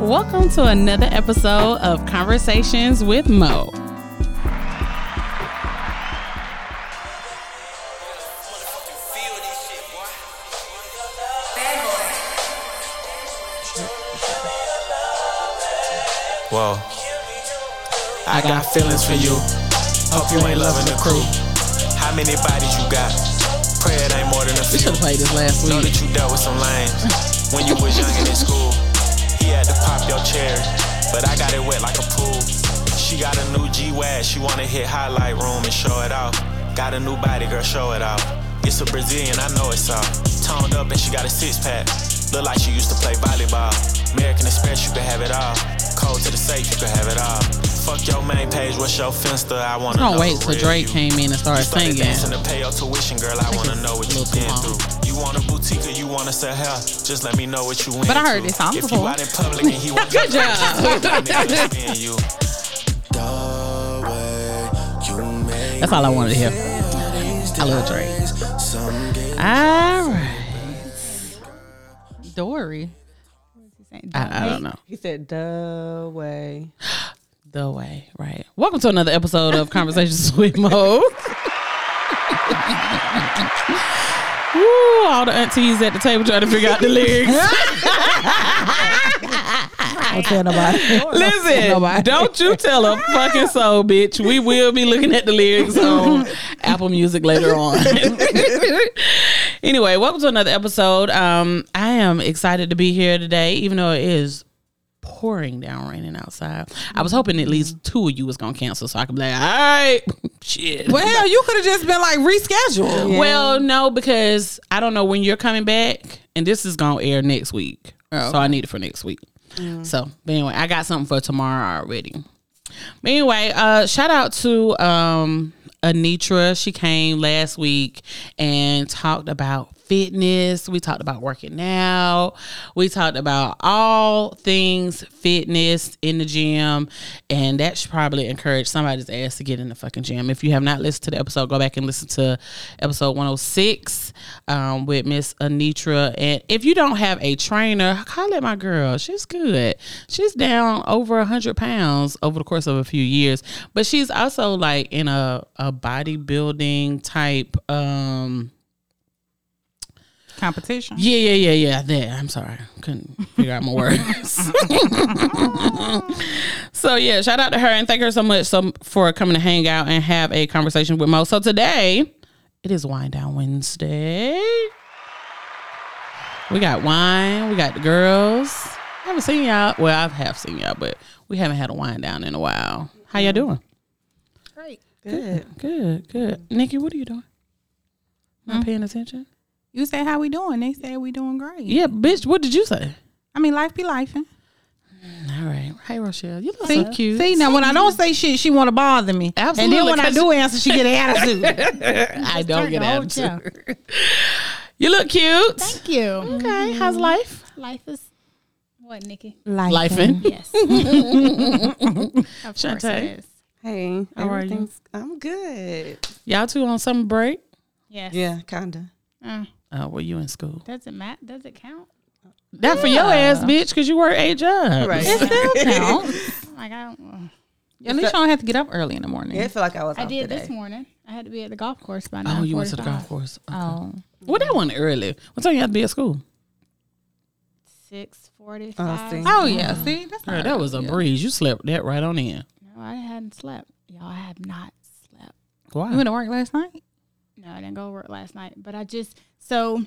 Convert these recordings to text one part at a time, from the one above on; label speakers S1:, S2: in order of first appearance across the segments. S1: Welcome to another episode of Conversations with Mo.
S2: Whoa. I got feelings for you. Hope you ain't loving the crew. How many bodies you got? Pray it ain't more than a
S1: We
S2: few.
S1: should have played this last
S2: Know
S1: week.
S2: that you dealt with some lames when you was young and in school. He had to pop your cherry, but I got it wet like a pool. She got a new G Wag, she wanna hit highlight room and show it off. Got a new body, girl, show it off. It's a Brazilian, I know it's all. Toned up and she got a six pack. Look like she used to play volleyball. American Express, you can have it all. Cold to the safe, you can have it all. Fuck your main page, what's your finster? I wanna
S1: Don't
S2: know
S1: wait till
S2: the real
S1: Drake
S2: you.
S1: came in and started
S2: Started
S1: singing.
S2: dancing to pay your tuition, girl. I,
S1: think
S2: wanna
S1: it's
S2: know what
S1: a
S2: you
S1: little too
S2: been
S1: long.
S2: through. You want a boutique or you wanna sell hair? Just let me know what you
S1: But I heard
S2: into.
S1: this song
S2: If you
S1: before.
S2: out in public and he wants
S1: Good job.
S2: That's
S1: That's all I wanted to hear. I love Drake. All right.
S3: Dory. What is he saying?
S1: I- I don't know.
S3: He said the way.
S1: The way, right. Welcome to another episode of Conversations with Mo. Woo, all the aunties at the table trying to figure out the lyrics.
S3: Don't tell nobody.
S1: Listen, don't you tell a fucking soul, bitch. We will be looking at the lyrics on Apple Music later on. anyway, welcome to another episode. Um, I am excited to be here today, even though it is pouring down raining outside. I was hoping at least two of you was gonna cancel so I could be like, all right, shit.
S4: Well, you could have just been like rescheduled.
S3: Yeah.
S1: Well, no, because I don't know when you're coming back, and this is gonna air next week, so I need it for next week. So, but anyway, I got something for tomorrow already. But anyway, uh, shout out to um, Anitra. She came last week and talked about fitness. We talked about working out. We talked about all things fitness in the gym. And that should probably encourage somebody's ass to get in the fucking gym. If you have not listened to the episode, go back and listen to episode 106 um, with Miss Anitra. And if you don't have a trainer, call at my girl. She's good. She's down over 100 pounds over the course of a few years. But she's also like in a, a bodybuilding type. Um,
S4: Competition.
S1: yeah, yeah, yeah, yeah. There. I'm sorry. Couldn't figure out my words. so yeah, shout out to her and thank her so much so, for coming to hang out and have a conversation with Mo. So today, it is Wine Down Wednesday. We got wine. We got the girls. I haven't seen y'all. Well, I have seen y'all, but we haven't had a wine down in a while. How y'all doing?
S3: Great. Good.
S1: Good, good. Nikki, what are you doing? Not paying attention?
S4: You say how we doing? They said we doing great.
S1: Yeah, bitch. What did you say?
S4: I mean, life be life.
S1: All right. Hey, Rochelle. You look
S4: See,
S1: so cute.
S4: see now when I don't say shit, she want to bother me.
S1: Absolutely,
S4: And then when I
S1: 'cause-
S4: do answer, she get an attitude.
S1: I don't get
S5: Oh,
S1: attitude.
S5: yeah.
S1: You look cute.
S5: Thank you.
S1: Okay. How's life?
S5: Mm-hmm. Life is what, Nikki?
S1: Life in.
S5: Yes. of course
S1: Shantae?
S5: it is.
S3: Hey,
S1: How are you?
S3: everything's- I'm good.
S1: Y'all two on summer break?
S5: Yes.
S3: Yeah, kinda.
S5: Uh,
S1: Oh, well, you in school.
S5: does it matter? Does it count?
S1: That for your ass, bitch, because you work eight jobs.
S3: Right.
S4: no.
S5: Like I, don't,
S4: At least you don't have to get up early in the morning.
S3: Yeah, I feel like I was.
S5: I
S3: off
S5: did
S3: today.
S5: this morning. I had to be at the golf course by now.
S1: Oh, you went to the golf course. Okay.
S5: Oh,
S1: Uh, Well, that one early. What time you have to be at school?
S5: six
S3: Oh, see.
S5: forty-five.
S4: Oh yeah. See, that's
S1: Girl,
S4: not
S1: that was a breeze. You slept that right on in.
S5: No, I hadn't slept. Y'all, I have not slept.
S4: You
S1: Wow.
S4: went to work last night.
S5: No, I didn't go to work last night, but I just so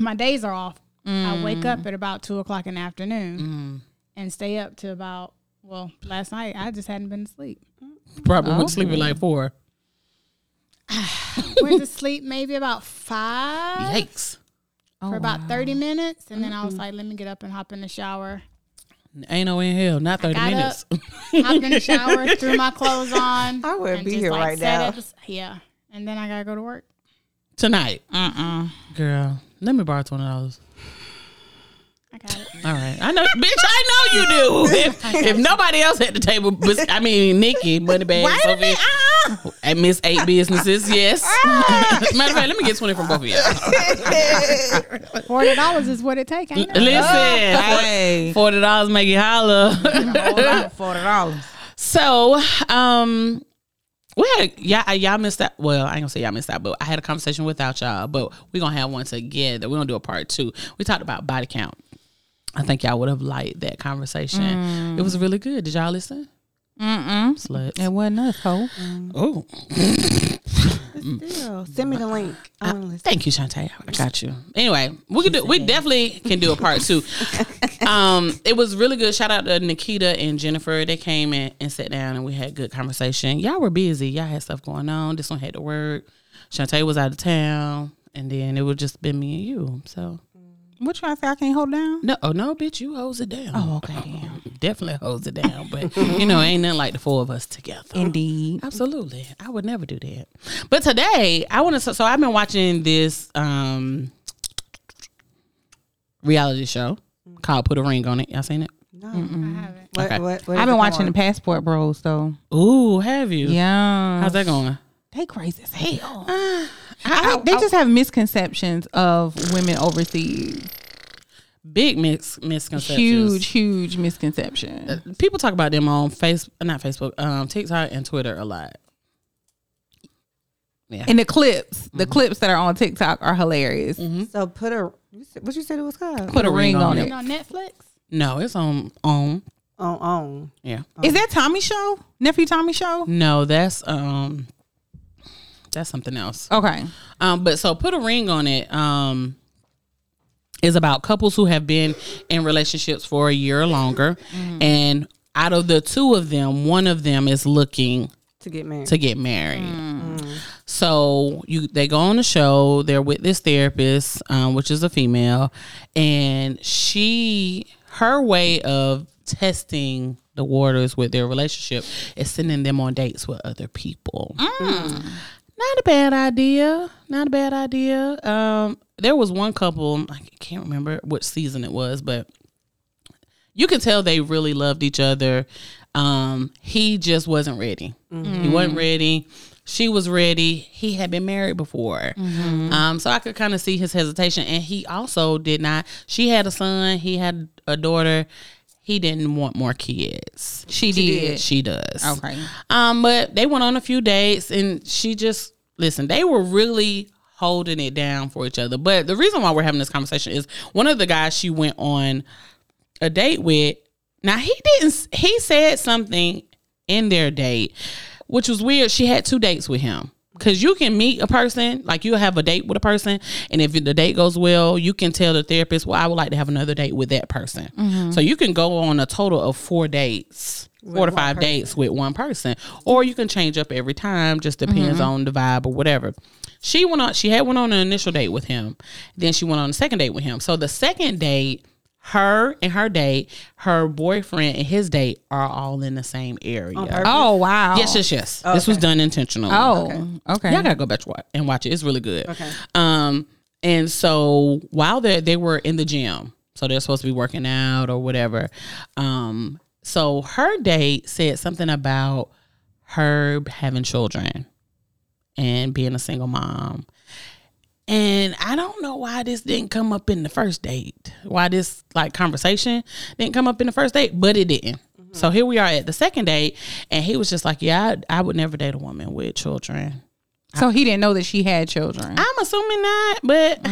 S5: my days are off. I wake up
S1: Mm.
S5: at about two o'clock in the afternoon and stay up to about well, last night I just hadn't been asleep.
S1: Probably went to sleep at like four.
S5: Went to sleep maybe about five
S1: Yikes.
S5: for about thirty minutes, and then I was like, "Let me get up and hop in the shower."
S1: Ain't no in hell. Not 30
S5: got
S1: minutes.
S5: Hopped in the shower, threw my clothes on.
S3: I wouldn't
S5: and
S3: be
S5: just,
S3: here right
S5: sat
S3: now.
S5: at the s- yeah, and then I gotta go to work.
S1: Tonight.
S4: Uh-uh.
S1: Girl, let me borrow twenty dollars.
S5: I got it.
S1: All right, I know, bitch. I know you do. If, if nobody else at the table, but, I mean Nikki, Moneybag, Sophie, At Miss Eight Businesses, yes. Matter of fact, let me get 20 from both of y'all.
S5: Forty dollars is what it takes. Ain't it?
S1: Listen,
S4: Hey,
S1: forty dollars make you holler.
S4: forty dollars.
S1: so, um, we had a, y'all, y'all missed that. Well, I ain't gonna say y'all missed that, but I had a conversation without y'all. But we're gonna have one together. We're gonna do a part two. We talked about body count. I think y'all would have liked that conversation. It was really good. Did y'all listen?
S4: Mm-mm.
S1: Sluts.
S4: It wasn't us, hoe.
S1: Oh,
S3: Still, send me the link. Oh, I want to listen.
S1: thank you, Shantae. I got you. Anyway, we could do. We definitely can do a part two. um, it was really good. Shout out to Nikita and Jennifer. They came in and sat down, and we had good conversation. Y'all were busy. Y'all had stuff going on. This one had to work. Shantae was out of town, and then it would just been me and you. So
S4: What you say? I can't hold down.
S1: no, oh no, bitch, you holds it down.
S4: Oh, okay, then.
S1: definitely holds it down. But you know, ain't nothing like the four of us together.
S4: Indeed.
S1: Absolutely. I would never do that. But today, I want to so, so I've been watching this um reality show called Put a Ring on It. Y'all seen it?
S3: No.
S5: I haven't.
S3: What,
S1: Okay.
S3: what, what
S4: I've
S3: is
S4: been
S3: it
S4: watching the
S3: on?
S4: Passport Bros though.
S1: Ooh, have you?
S4: Yeah.
S1: How's that going?
S4: They crazy as hell. I think they just have misconceptions of women overseas.
S1: Big mis- misconceptions.
S4: Huge, huge misconception.
S1: People talk about them on Facebook, not Facebook, um, TikTok and Twitter a lot. Yeah.
S4: And the clips, the clips that are on TikTok are hilarious.
S3: So put a you said- what you said it was called
S4: Mm-hmm. Put a ring on
S5: You
S4: it.
S5: know Netflix.
S1: no, it's on on.
S3: on on.
S1: Yeah.
S4: Is that Tommy show? Nephew Tommy show?
S1: No, that's um that's something else.
S4: Okay.
S1: Um, but so put a ring on it. Um, is about couples who have been in relationships for a year or longer, and out of the two of them, one of them is looking
S3: to get married.
S1: to get married. So you they go on the show. They're with this therapist, um, which is a female, and she her way of testing the waters with their relationship is sending them on dates with other people. Not a bad idea. Not a bad idea. Um, there was one couple I can't remember which season it was, but you can tell they really loved each other. Um, he just wasn't ready.
S4: Mm-hmm.
S1: He wasn't ready. She was ready. He had been married before.
S4: Mm-hmm.
S1: Um, so I could kind of see his hesitation. And he also did not, she had a son, he had a daughter. He didn't want more kids.
S4: She, did.
S1: She does.
S4: Okay.
S1: Um, but they went on a few dates and she just listen, they were really holding it down for each other. But the reason why we're having this conversation is one of the guys she went on a date with. Now he didn't he said something in their date, which was weird. She had two dates with him. Cause you can meet a person, like you'll have a date with a person, and if the date goes well, you can tell the therapist, "Well, I would like to have another date with that person." So you can go on a total of four dates, four to five dates with one person, or you can change up every time. Just depends on the vibe or whatever. She went on. She had went on an initial date with him, then she went on a second date with him. So the second date, her and her date, her boyfriend and his date are all in the same area.
S4: Oh wow.
S1: Yes, yes, yes. This was done intentionally.
S4: Oh. Okay.
S1: Y'all gotta go back to watch and watch it. It's really good. Okay. Um, and so while they they were in the gym, so they're supposed to be working out or whatever. Um, so her date said something about her having children and being a single mom. And I don't know why this didn't come up in the first date. Why this like conversation didn't come up in the first date, but it didn't. So here we are at the second date, and he was just like, "Yeah, I, I would never date a woman with children."
S4: So he didn't know that she had children.
S1: I'm assuming not, but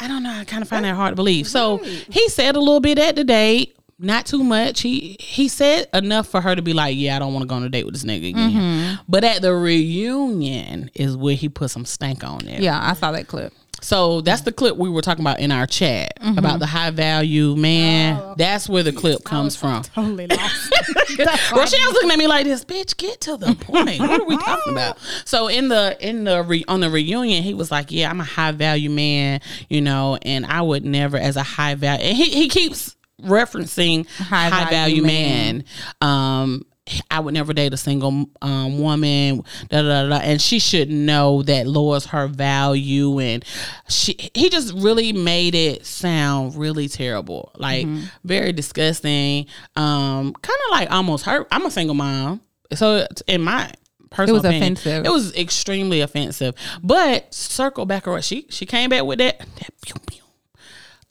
S1: I don't know. I kind of find that hard to believe. So he said a little bit at the date, not too much. He he said enough for her to be like, "Yeah, I don't want to go on a date with this nigga again." But at the reunion is where he put some stank on it.
S4: yeah, I saw that clip.
S1: So that's the clip we were talking about in our chat about the high value man. That's where the clip comes from.
S5: Totally lost.
S1: Rochelle's looking at me like this, bitch. Get to the point. What are we talking about? So in the in the re, on the reunion, he was like, "Yeah, I'm a high value man, you know, and I would never as a high value." And he he keeps referencing high,
S4: High
S1: value,
S4: value
S1: man. Um, I would never date a single um, woman. Da, da, da, da. and she should know that lowers her value. And she he just really made it sound really terrible, like
S4: Mm-hmm.
S1: very disgusting. Um, kind of like almost hurt. I'm a single mom, so in my personal
S4: was
S1: opinion.
S4: offensive.
S1: It was extremely offensive. But circle back around. She she came back with that. that pew, pew.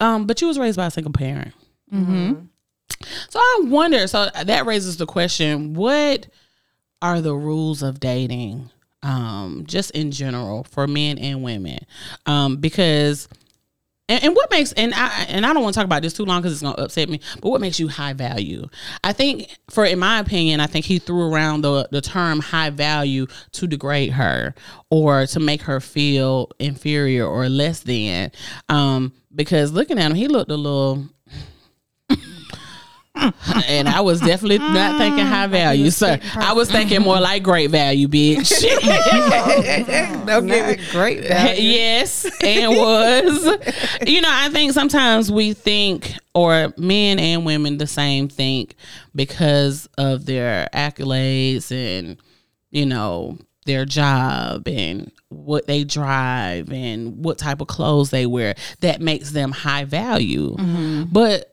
S1: Um, but you was raised by a single parent. So I wonder. So that raises the question: What are the rules of dating, um, just in general for men and women? Um, because and, and what makes and I and I don't want to talk about this too long because it's gonna upset me. But what makes you high value? I think, for in my opinion, I think he threw around the the term high value to degrade her or to make her feel inferior or less than. Um, because looking at him, he looked a little and I was definitely not thinking high value, sir. I was thinking more like great value, bitch.
S3: Don't get me great.
S1: yes, and was. you know, I think sometimes we think, or men and women the same think because of their accolades and, you know, their job and what they drive and what type of clothes they wear that makes them high value. But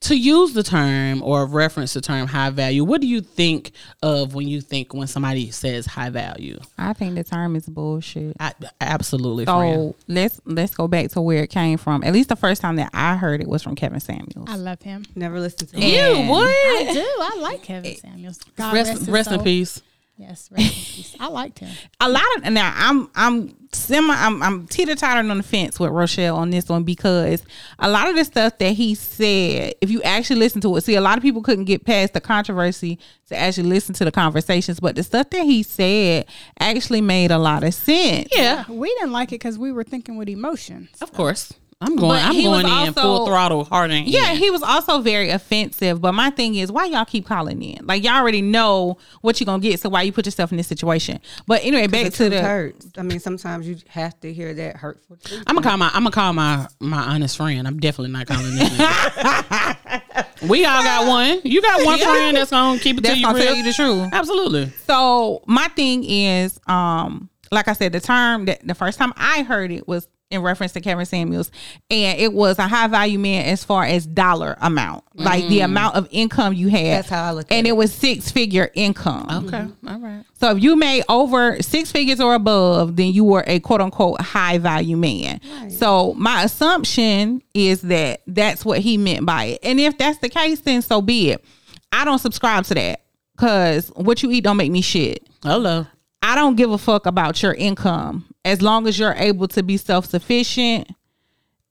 S1: to use the term or reference the term high value, what do you think of when you think when somebody says high value?
S4: I think the term is bullshit.
S1: I, absolutely. friend.
S4: So let's let's go back to where it came from. At least the first time that I heard it was from Kevin Samuels.
S5: I love him.
S3: Never listened to
S1: You
S3: him.
S4: And-
S5: I
S1: what?
S5: do. I like Kevin Samuels. God
S1: Ah,
S5: rest,
S1: Rest,
S5: his
S1: rest in
S5: soul.
S1: peace.
S5: Yes, rest in peace. I liked him.
S4: a lot of now I'm I'm semi I'm I'm teeter tottering on the fence with Rochelle on this one because a lot of the stuff that he said, if you actually listen to it, see a lot of people couldn't get past the controversy to actually listen to the conversations, but the stuff that he said actually made a lot of sense.
S1: Yeah,
S5: We didn't like it because we were thinking with emotions.
S1: of course. I'm going. I'm
S4: he was
S1: going in full
S4: also-
S1: throttle, hard and
S4: Yeah, he was also very offensive. But my thing is, why y'all keep calling in? Like y'all already know what you're gonna get, so why you put yourself in this situation? But anyway, back
S3: The
S4: to
S3: truth
S4: the
S3: hurts. I mean, sometimes you have to hear that hurtful truth.
S1: I'm gonna call my. I'm gonna call my my honest friend. I'm definitely not calling this. nigga. we all got one. You got one friend that's gonna keep it to
S4: that's
S1: you
S4: gonna
S1: real.
S4: tell you the truth.
S1: Absolutely.
S4: So my thing is, um, like I said, the term that the first time I heard it was in reference to Kevin Samuels, and it was a high value man as far as dollar amount, like the amount of income you had.
S3: Mm. That's how I look at
S4: And
S3: it. Oh.
S4: it was six figure income.
S1: Okay. Mm-hmm. All right.
S4: So if you made over six figures or above, then you were a quote unquote high value man. So my assumption is that that's what he meant by it. And if that's the case, then so be it. I don't subscribe to that because what you eat don't make me shit.
S1: Hello.
S4: I don't give a fuck about your income as long as you're able to be self sufficient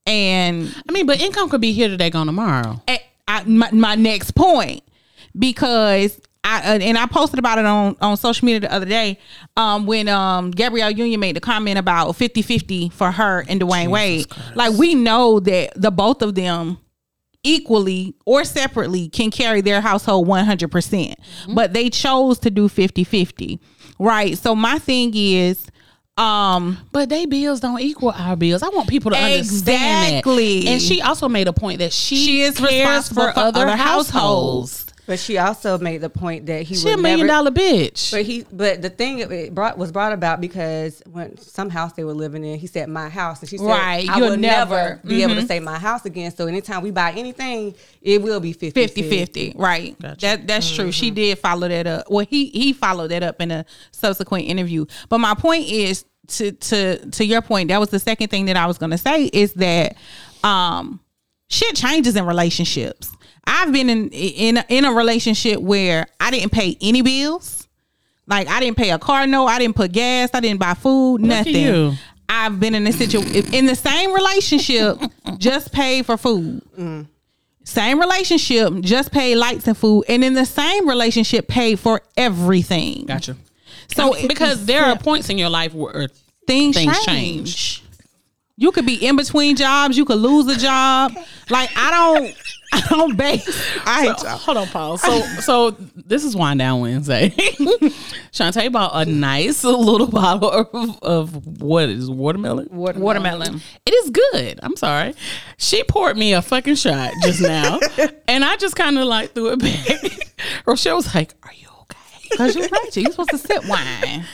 S4: and
S1: I mean, but income could be here today, gone tomorrow.
S4: at, I, my, my next point because I uh, and I posted about it on on social media the other day um when um Gabrielle Union made the comment about 50-50 for her and Dwayne Wade. Like we know that the both of them equally or separately can carry their household 100%. percent But they chose to do 50-50. Right? So my thing is um
S1: But they bills don't equal our bills. I want people to understand that.
S4: Exactly.
S1: And she also made a point that she,
S4: she is responsible for, other, households.
S3: But she also made the point that he
S1: She
S3: would
S1: a million dollar
S3: never,
S1: bitch.
S3: But he, but the thing it- it brought was brought about because when some house they were living in, he said my house, and she said,
S4: Right,
S3: I
S4: you'll
S3: will never,
S4: never-
S3: be able to say my house again. So anytime we buy anything, it will be 50
S4: 50-50 right that that's true she
S1: Mm-hmm.
S4: did follow that up well he he followed that up in a subsequent interview but my point is to to to your point that was the second thing that i was going to say is that um shit changes in relationships i've been in in in a relationship where i didn't pay any bills like i didn't pay a car note i didn't put gas i didn't buy food
S1: at
S4: nothing
S1: you.
S4: i've been in a situation in the same relationship just paid for food same relationship, just paid lights and food, and in the same relationship, paid for everything.
S1: gotcha.
S4: So
S1: So because there are points in your life where
S4: things,
S1: things
S4: change.
S1: change.
S4: You could be in between jobs. You could lose a job. Like I don't, I don't base. I hate y'all.
S1: Hold on, Paul. So, so this is Wind Down Wednesday. Shantae bought a nice little bottle of, of what is watermelon?
S3: Watermelon.
S1: It is good. I'm sorry. She poured me a fucking shot just now, and I just kind of like threw it back. Rochelle was like, "Are you okay?"
S4: Cause you're right. You're supposed to sip wine.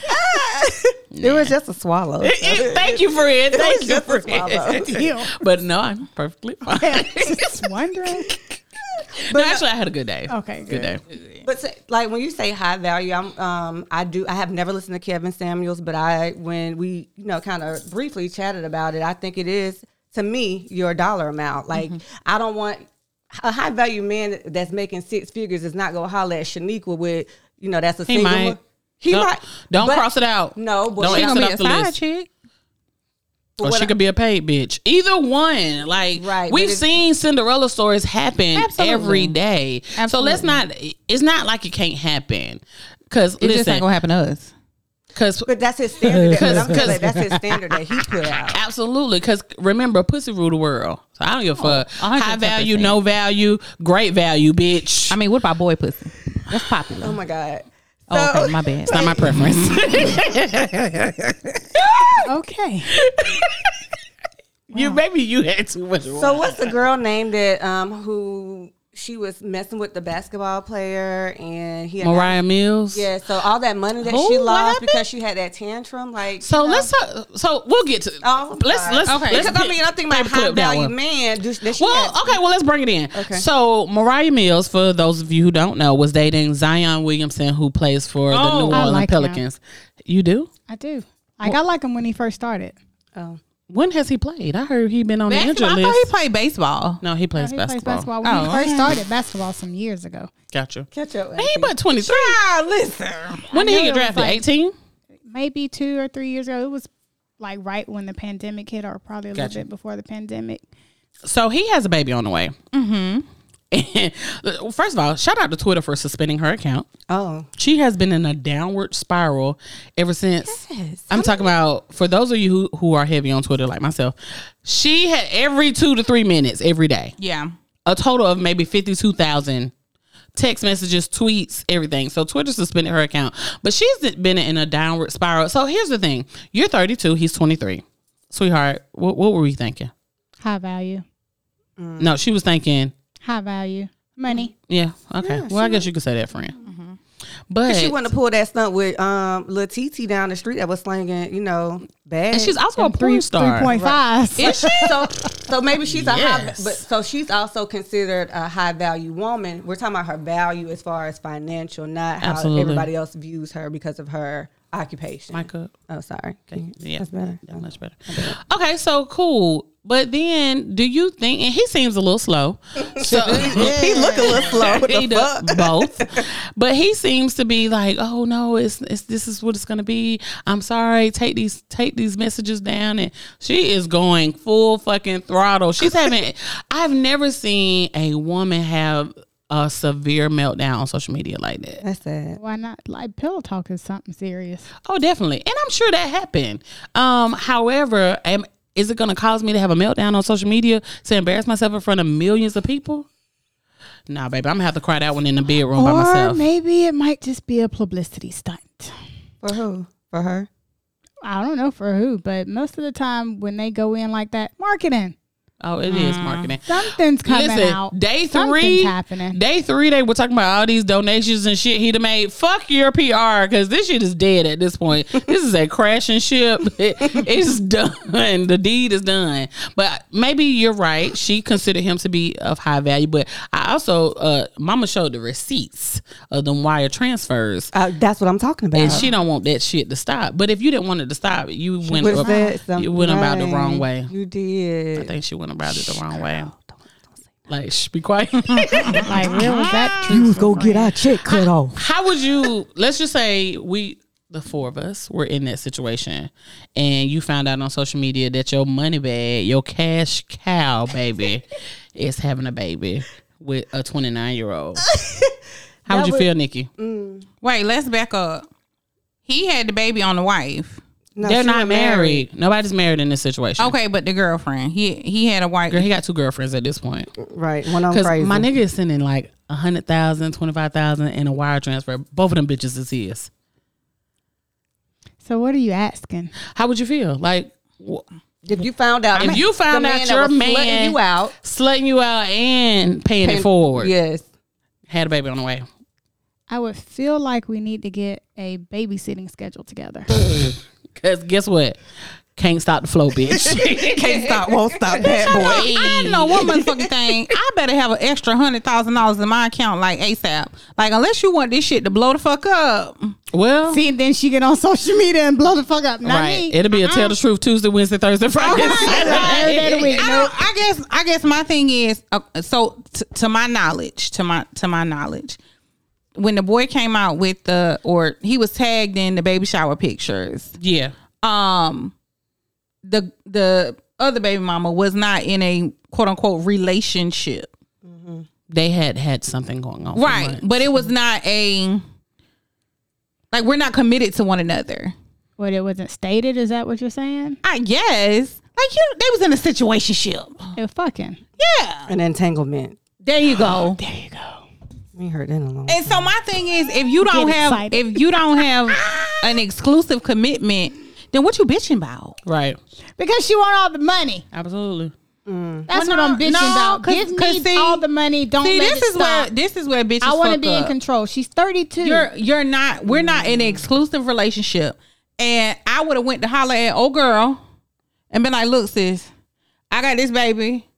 S3: It was just a swallow.
S1: Thank you, friend. Thank you,
S3: just a
S1: friend.
S3: swallow.
S1: But no, I'm perfectly fine.
S5: Just wondering.
S1: But actually, I had a good day.
S4: Oh,
S5: Okay,
S1: good,
S5: good.
S1: day.
S3: But say, like when you say high value, I'm um I do I have never listened to Kevin Samuels, but I when we you know kind of briefly chatted about it, I think it is to me your dollar amount. Like
S1: Mm-hmm.
S3: I don't want a high value man that's making six figures is not gonna holler at Shaniqua with you know that's a
S1: He
S3: single.
S1: might.
S3: mo- He
S1: Don't-
S3: might.
S1: don't
S3: but-
S1: cross it out.
S3: No, but
S1: Don't
S3: she
S1: X it
S3: gonna
S4: Gonna
S1: off
S4: be a
S1: the
S4: side
S1: list.
S4: chick.
S1: Or
S3: what
S1: she
S3: I-
S1: could be a paid bitch. Either one. Like
S3: Right, but
S1: we've
S3: it's-
S1: seen Cinderella stories happen
S4: Absolutely.
S1: every day. So let's not it's not like it can't happen. Cause
S4: It just ain't
S1: listen,
S4: gonna happen to us.
S1: cause
S3: But that's his standard. that- I'm
S1: Because-
S3: saying that's his standard that he put out.
S1: Absolutely, because remember, pussy rule the world. So I don't
S3: Oh,
S1: give a fuck. High
S4: 100%.
S1: value, no value, great value, bitch.
S4: I mean, what about boy pussy? That's popular.
S3: Oh my god. So,
S4: Oh, okay, my bad.
S1: it's not my preference.
S5: Okay.
S1: you maybe you had too much.
S3: So what's the girl name that um who she was messing with the basketball player and he
S1: Mariah Mills.
S3: Yeah, so all that money that
S1: Who?
S3: she
S1: What
S3: lost
S1: happened?
S3: because she had that tantrum, like
S1: So
S3: you know.
S1: let's talk, so we'll get to
S3: Oh, I'm
S1: let's
S3: sorry.
S1: let's
S4: Okay.
S1: let's
S3: because I
S1: pick-
S3: mean I think my
S1: paper clip
S3: high
S1: that
S3: value
S1: one.
S3: man do that she
S1: Well, oh,
S3: had,
S1: okay, well, let's bring it in.
S3: Okay.
S1: So, Mariah Mills, for those of you who don't know, was dating Zion Williamson, who plays for the
S4: Oh,
S1: New
S5: I
S1: Orleans
S5: like him.
S1: Pelicans. You do?
S5: I do. Like I like him when he first started.
S3: oh.
S1: When has he played? I heard he been on
S4: Basketball?
S1: the
S4: I
S1: injury
S4: thought
S1: list.
S4: he played baseball.
S1: no, he plays
S5: He plays
S1: basketball.
S5: basketball when
S4: Oh,
S5: he first started basketball some years ago.
S1: Gotcha.
S3: catch up.
S1: He but 23.
S4: listen.
S1: When did
S5: I
S1: he
S5: know
S1: get
S5: it was
S1: drafted?
S5: like-
S1: 18?
S5: Maybe two or three years ago. It was like right when the pandemic hit, or probably a
S1: Gotcha.
S5: little bit before the pandemic.
S1: So, he has a baby on the way. Mm-hmm. First of all, shout out to Twitter for suspending her account.
S3: Oh,
S1: She has been in a downward spiral ever since. I'm talking about for those of you who, who are heavy on Twitter like myself. She had every 2 to 3 minutes every day,
S4: Yeah.
S1: a total of maybe 52,000 text messages, tweets, everything. So Twitter suspended her account, but she's been in a downward spiral. So here's the thing. You're 32, he's 23. Sweetheart, what what were we thinking?
S5: High value.
S1: No, she was thinking,
S5: High value. Money.
S1: yeah, okay. well, I guess you could say that, friend.
S5: Mm-hmm.
S1: But
S3: she wouldn't have pulled that stunt with um Lil Titi down the street that was slanging, you know, bad.
S1: and she's also a porn
S5: Three
S1: star.
S5: three point five.
S3: Is she? so, so maybe she's a high,
S1: Yes.
S3: but so she's also considered a high value woman. We're talking about her value as far as financial, not how
S1: Absolutely.
S3: everybody else views her because of her occupation.
S1: Mic up.
S3: Oh, sorry.
S1: Yeah,
S3: That's better.
S1: Yeah, much better. Okay, so cool. But then, do you think? And he seems a little slow. So
S3: He look a little slow. What
S1: he
S3: the
S1: does
S3: fuck?
S1: both, but he seems to be like, "Oh no, it's, it's this is what it's gonna be." I'm sorry. Take these take these messages down, and she is going full fucking throttle. She's having. I've never seen a woman have a severe meltdown on social media like that.
S3: That's sad.
S5: Why not? Like pillow talk is something serious.
S1: Oh, definitely. And I'm sure that happened. Um, however, am, is it going to cause me to have a meltdown on social media to embarrass myself in front of millions of people? Nah, baby, I'm gonna have to cry that one in the bedroom by
S5: Or
S1: myself.
S5: maybe it might just be a publicity stunt.
S3: For who? For her?
S5: I don't know for who, but most of the time when they go in like that, marketing.
S1: oh, it is marketing.
S5: Something's coming
S1: Listen,
S5: out.
S1: day
S5: Something's
S1: three,
S5: happening.
S1: day three, they were talking about all these donations and shit he'd have made. Fuck your PR because this shit is dead at this point. this is a crashing ship. It- it's done. The deed is done. But maybe you're right. She considered him to be of high value, but I also, uh, Mama showed the receipts of them wire transfers.
S3: Uh, that's what I'm talking about.
S1: And she don't want that shit to stop. But if you didn't want it to stop, you went
S3: Was
S1: up,
S3: that
S1: you went about the
S3: something?
S1: wrong way.
S3: You
S1: I
S3: did.
S1: think she went about it the wrong way. Like, shh, be quiet.
S5: like where was that? truth
S3: was gonna get our check cut off.
S1: how would you let's just say we the four of us were in that situation and you found out on social media that your money bag your cash cow baby is having a baby with a 29 year old how would you feel nikki
S4: Wait, let's back up. He had the baby on the wife.
S3: No,
S1: they're
S3: she
S1: not
S3: was
S1: married. nobody's married in this situation
S4: Okay, but the girlfriend. He he had a wife.
S1: Girl, he got two girlfriends at this point
S3: Right. When I'm
S1: because
S3: crazy.
S1: my nigga is sending like a hundred thousand, twenty five thousand, and a wire transfer. Both of them bitches is his.
S5: So what are you asking?
S1: How would you feel? Like, wh-
S3: if you found out,
S1: If
S3: the
S1: you found
S3: man
S1: out
S3: that
S1: your
S3: was slutting
S1: man-
S3: you out,
S1: slutting you out and paying it
S3: and-
S1: forward.
S3: Yes.
S1: Had a baby on the way.
S5: I would feel like we need to get a babysitting schedule together.
S1: Cause guess what? Can't stop the flow, bitch.
S4: Can't stop, won't stop, bad boy. I know one motherfucking thing. I better have an extra hundred thousand dollars in my account like ASAP. Like unless you want this shit to blow the fuck up.
S1: well,
S5: See, then she get on social media and blow the fuck up. Not
S1: right.
S5: me. Uh-uh.
S1: It'll be a tell
S3: uh-uh.
S1: the truth Tuesday, Wednesday,
S3: Oh
S1: Thursday, Friday.
S5: Every day of the
S1: Saturday.
S5: week.
S4: I,
S5: Nope.
S4: don't, I guess I guess my thing is uh, so t- to my knowledge to my to my knowledge when the boy came out with the or he was tagged in the baby shower pictures
S1: yeah.
S4: um the the other baby mama was not in a quote unquote relationship
S1: They had had something going on. for
S4: right
S1: months.
S4: but it was not a like we're not committed to one another
S5: What it wasn't stated. Is that what you're saying?
S4: i guess like you they was in a situation ship
S5: It fucking.
S4: yeah
S3: An entanglement.
S4: there you go
S5: There you go.
S3: We heard that in a long
S4: And so my thing is, if you don't
S5: Get
S4: have,
S5: excited.
S4: if you don't have an exclusive commitment, then what you bitching about?
S1: Right.
S5: Because she want all the money.
S1: Absolutely.
S5: That's
S4: Well,
S5: what I'm
S4: no,
S5: bitching
S4: no,
S5: about.
S4: 'cause-
S5: Give me
S4: 'cause see-
S5: all the money. Don't
S4: See,
S5: let
S4: this
S5: it
S4: is where
S5: stop.
S4: this is where bitches.
S5: I want to
S4: fuck
S5: be
S4: up.
S5: in control. She's 32.
S4: You're you're not. We're not in an exclusive relationship. And I would have went to holler at old girl, and been like, "Look, sis, I got this baby.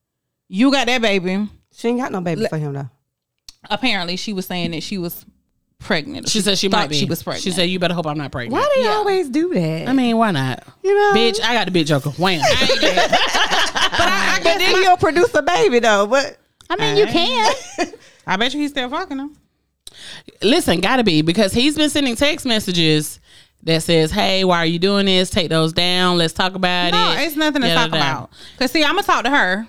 S4: You got that baby."
S3: She ain't got no baby for him though.
S4: Apparently, she was saying that she was pregnant.
S1: She said she
S4: thought
S1: might be.
S4: She was pregnant.
S1: She said you better hope I'm not pregnant.
S3: Why do you always do that?
S1: I mean, why not?
S3: you know,
S1: Bitch, I got the big joker. Wham.
S4: I,
S3: But then you'll produce a baby though. But
S5: I mean, you can.
S4: I bet you he's still fucking him.
S1: Listen, gotta be because he's been sending text messages that says, "Hey, why are you doing this? Take those down. Let's talk about
S4: No,
S1: it."
S4: it's nothing to
S1: Da, da,
S4: talk
S1: da.
S4: about. Cause see, I'm gonna talk to her.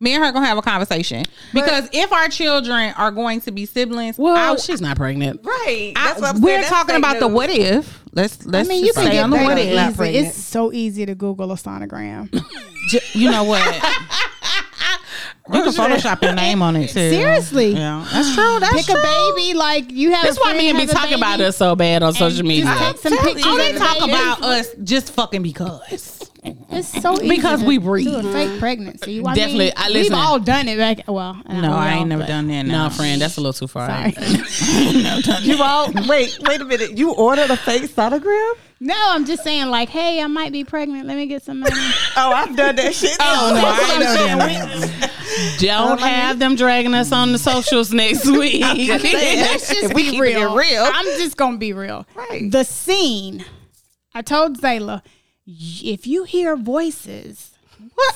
S4: Me and her gonna have a conversation because if our children are going to be siblings,
S1: Well,
S4: I-
S1: she's not pregnant.
S3: right,
S4: I- we're talking about the what if. Let's let's
S5: I mean, you
S4: just
S5: can
S4: stay
S5: get
S4: on the
S3: back
S4: what
S3: on
S4: if.
S3: that.
S5: back easy.
S3: pregnant.
S5: It's so easy to Google a sonogram.
S4: J- You know what? you can Photoshop your name on it too.
S5: Seriously.
S4: Yeah, that's true. That's
S5: Pick
S4: true.
S5: a baby like you have.
S1: That's
S5: a
S1: why
S5: friend
S1: me and be
S5: has a
S1: talking
S5: baby.
S1: about us so bad on social media.
S5: Take some pictures.
S4: Only
S5: of the
S4: Oh, talk
S5: baby.
S4: about us just fucking because.
S5: It's so easy
S4: Because
S5: to
S4: we
S5: Do a
S4: breathe.
S5: fake pregnancy. I
S1: Definitely.
S5: mean,
S1: I
S5: We've
S1: listen.
S5: all done it back. Well,
S4: No, I ain't never done that.
S1: No,
S4: No,
S1: friend, that's a little too far.
S5: Sorry.
S3: You all wait, wait a minute. You ordered a fake sonogram?
S5: No, I'm just saying, like, hey, I might be pregnant. Let me get some money.
S3: Oh, I've done that shit.
S1: Oh, no, I ain't
S3: That's
S1: done
S3: what I'm saying.
S1: Don't have them dragging us on the socials next week.
S5: Let's just
S3: we
S5: be
S3: keeping it
S5: real.
S3: real.
S5: I'm just gonna be real.
S3: Right.
S5: The scene. I told Zayla, y- if you hear voices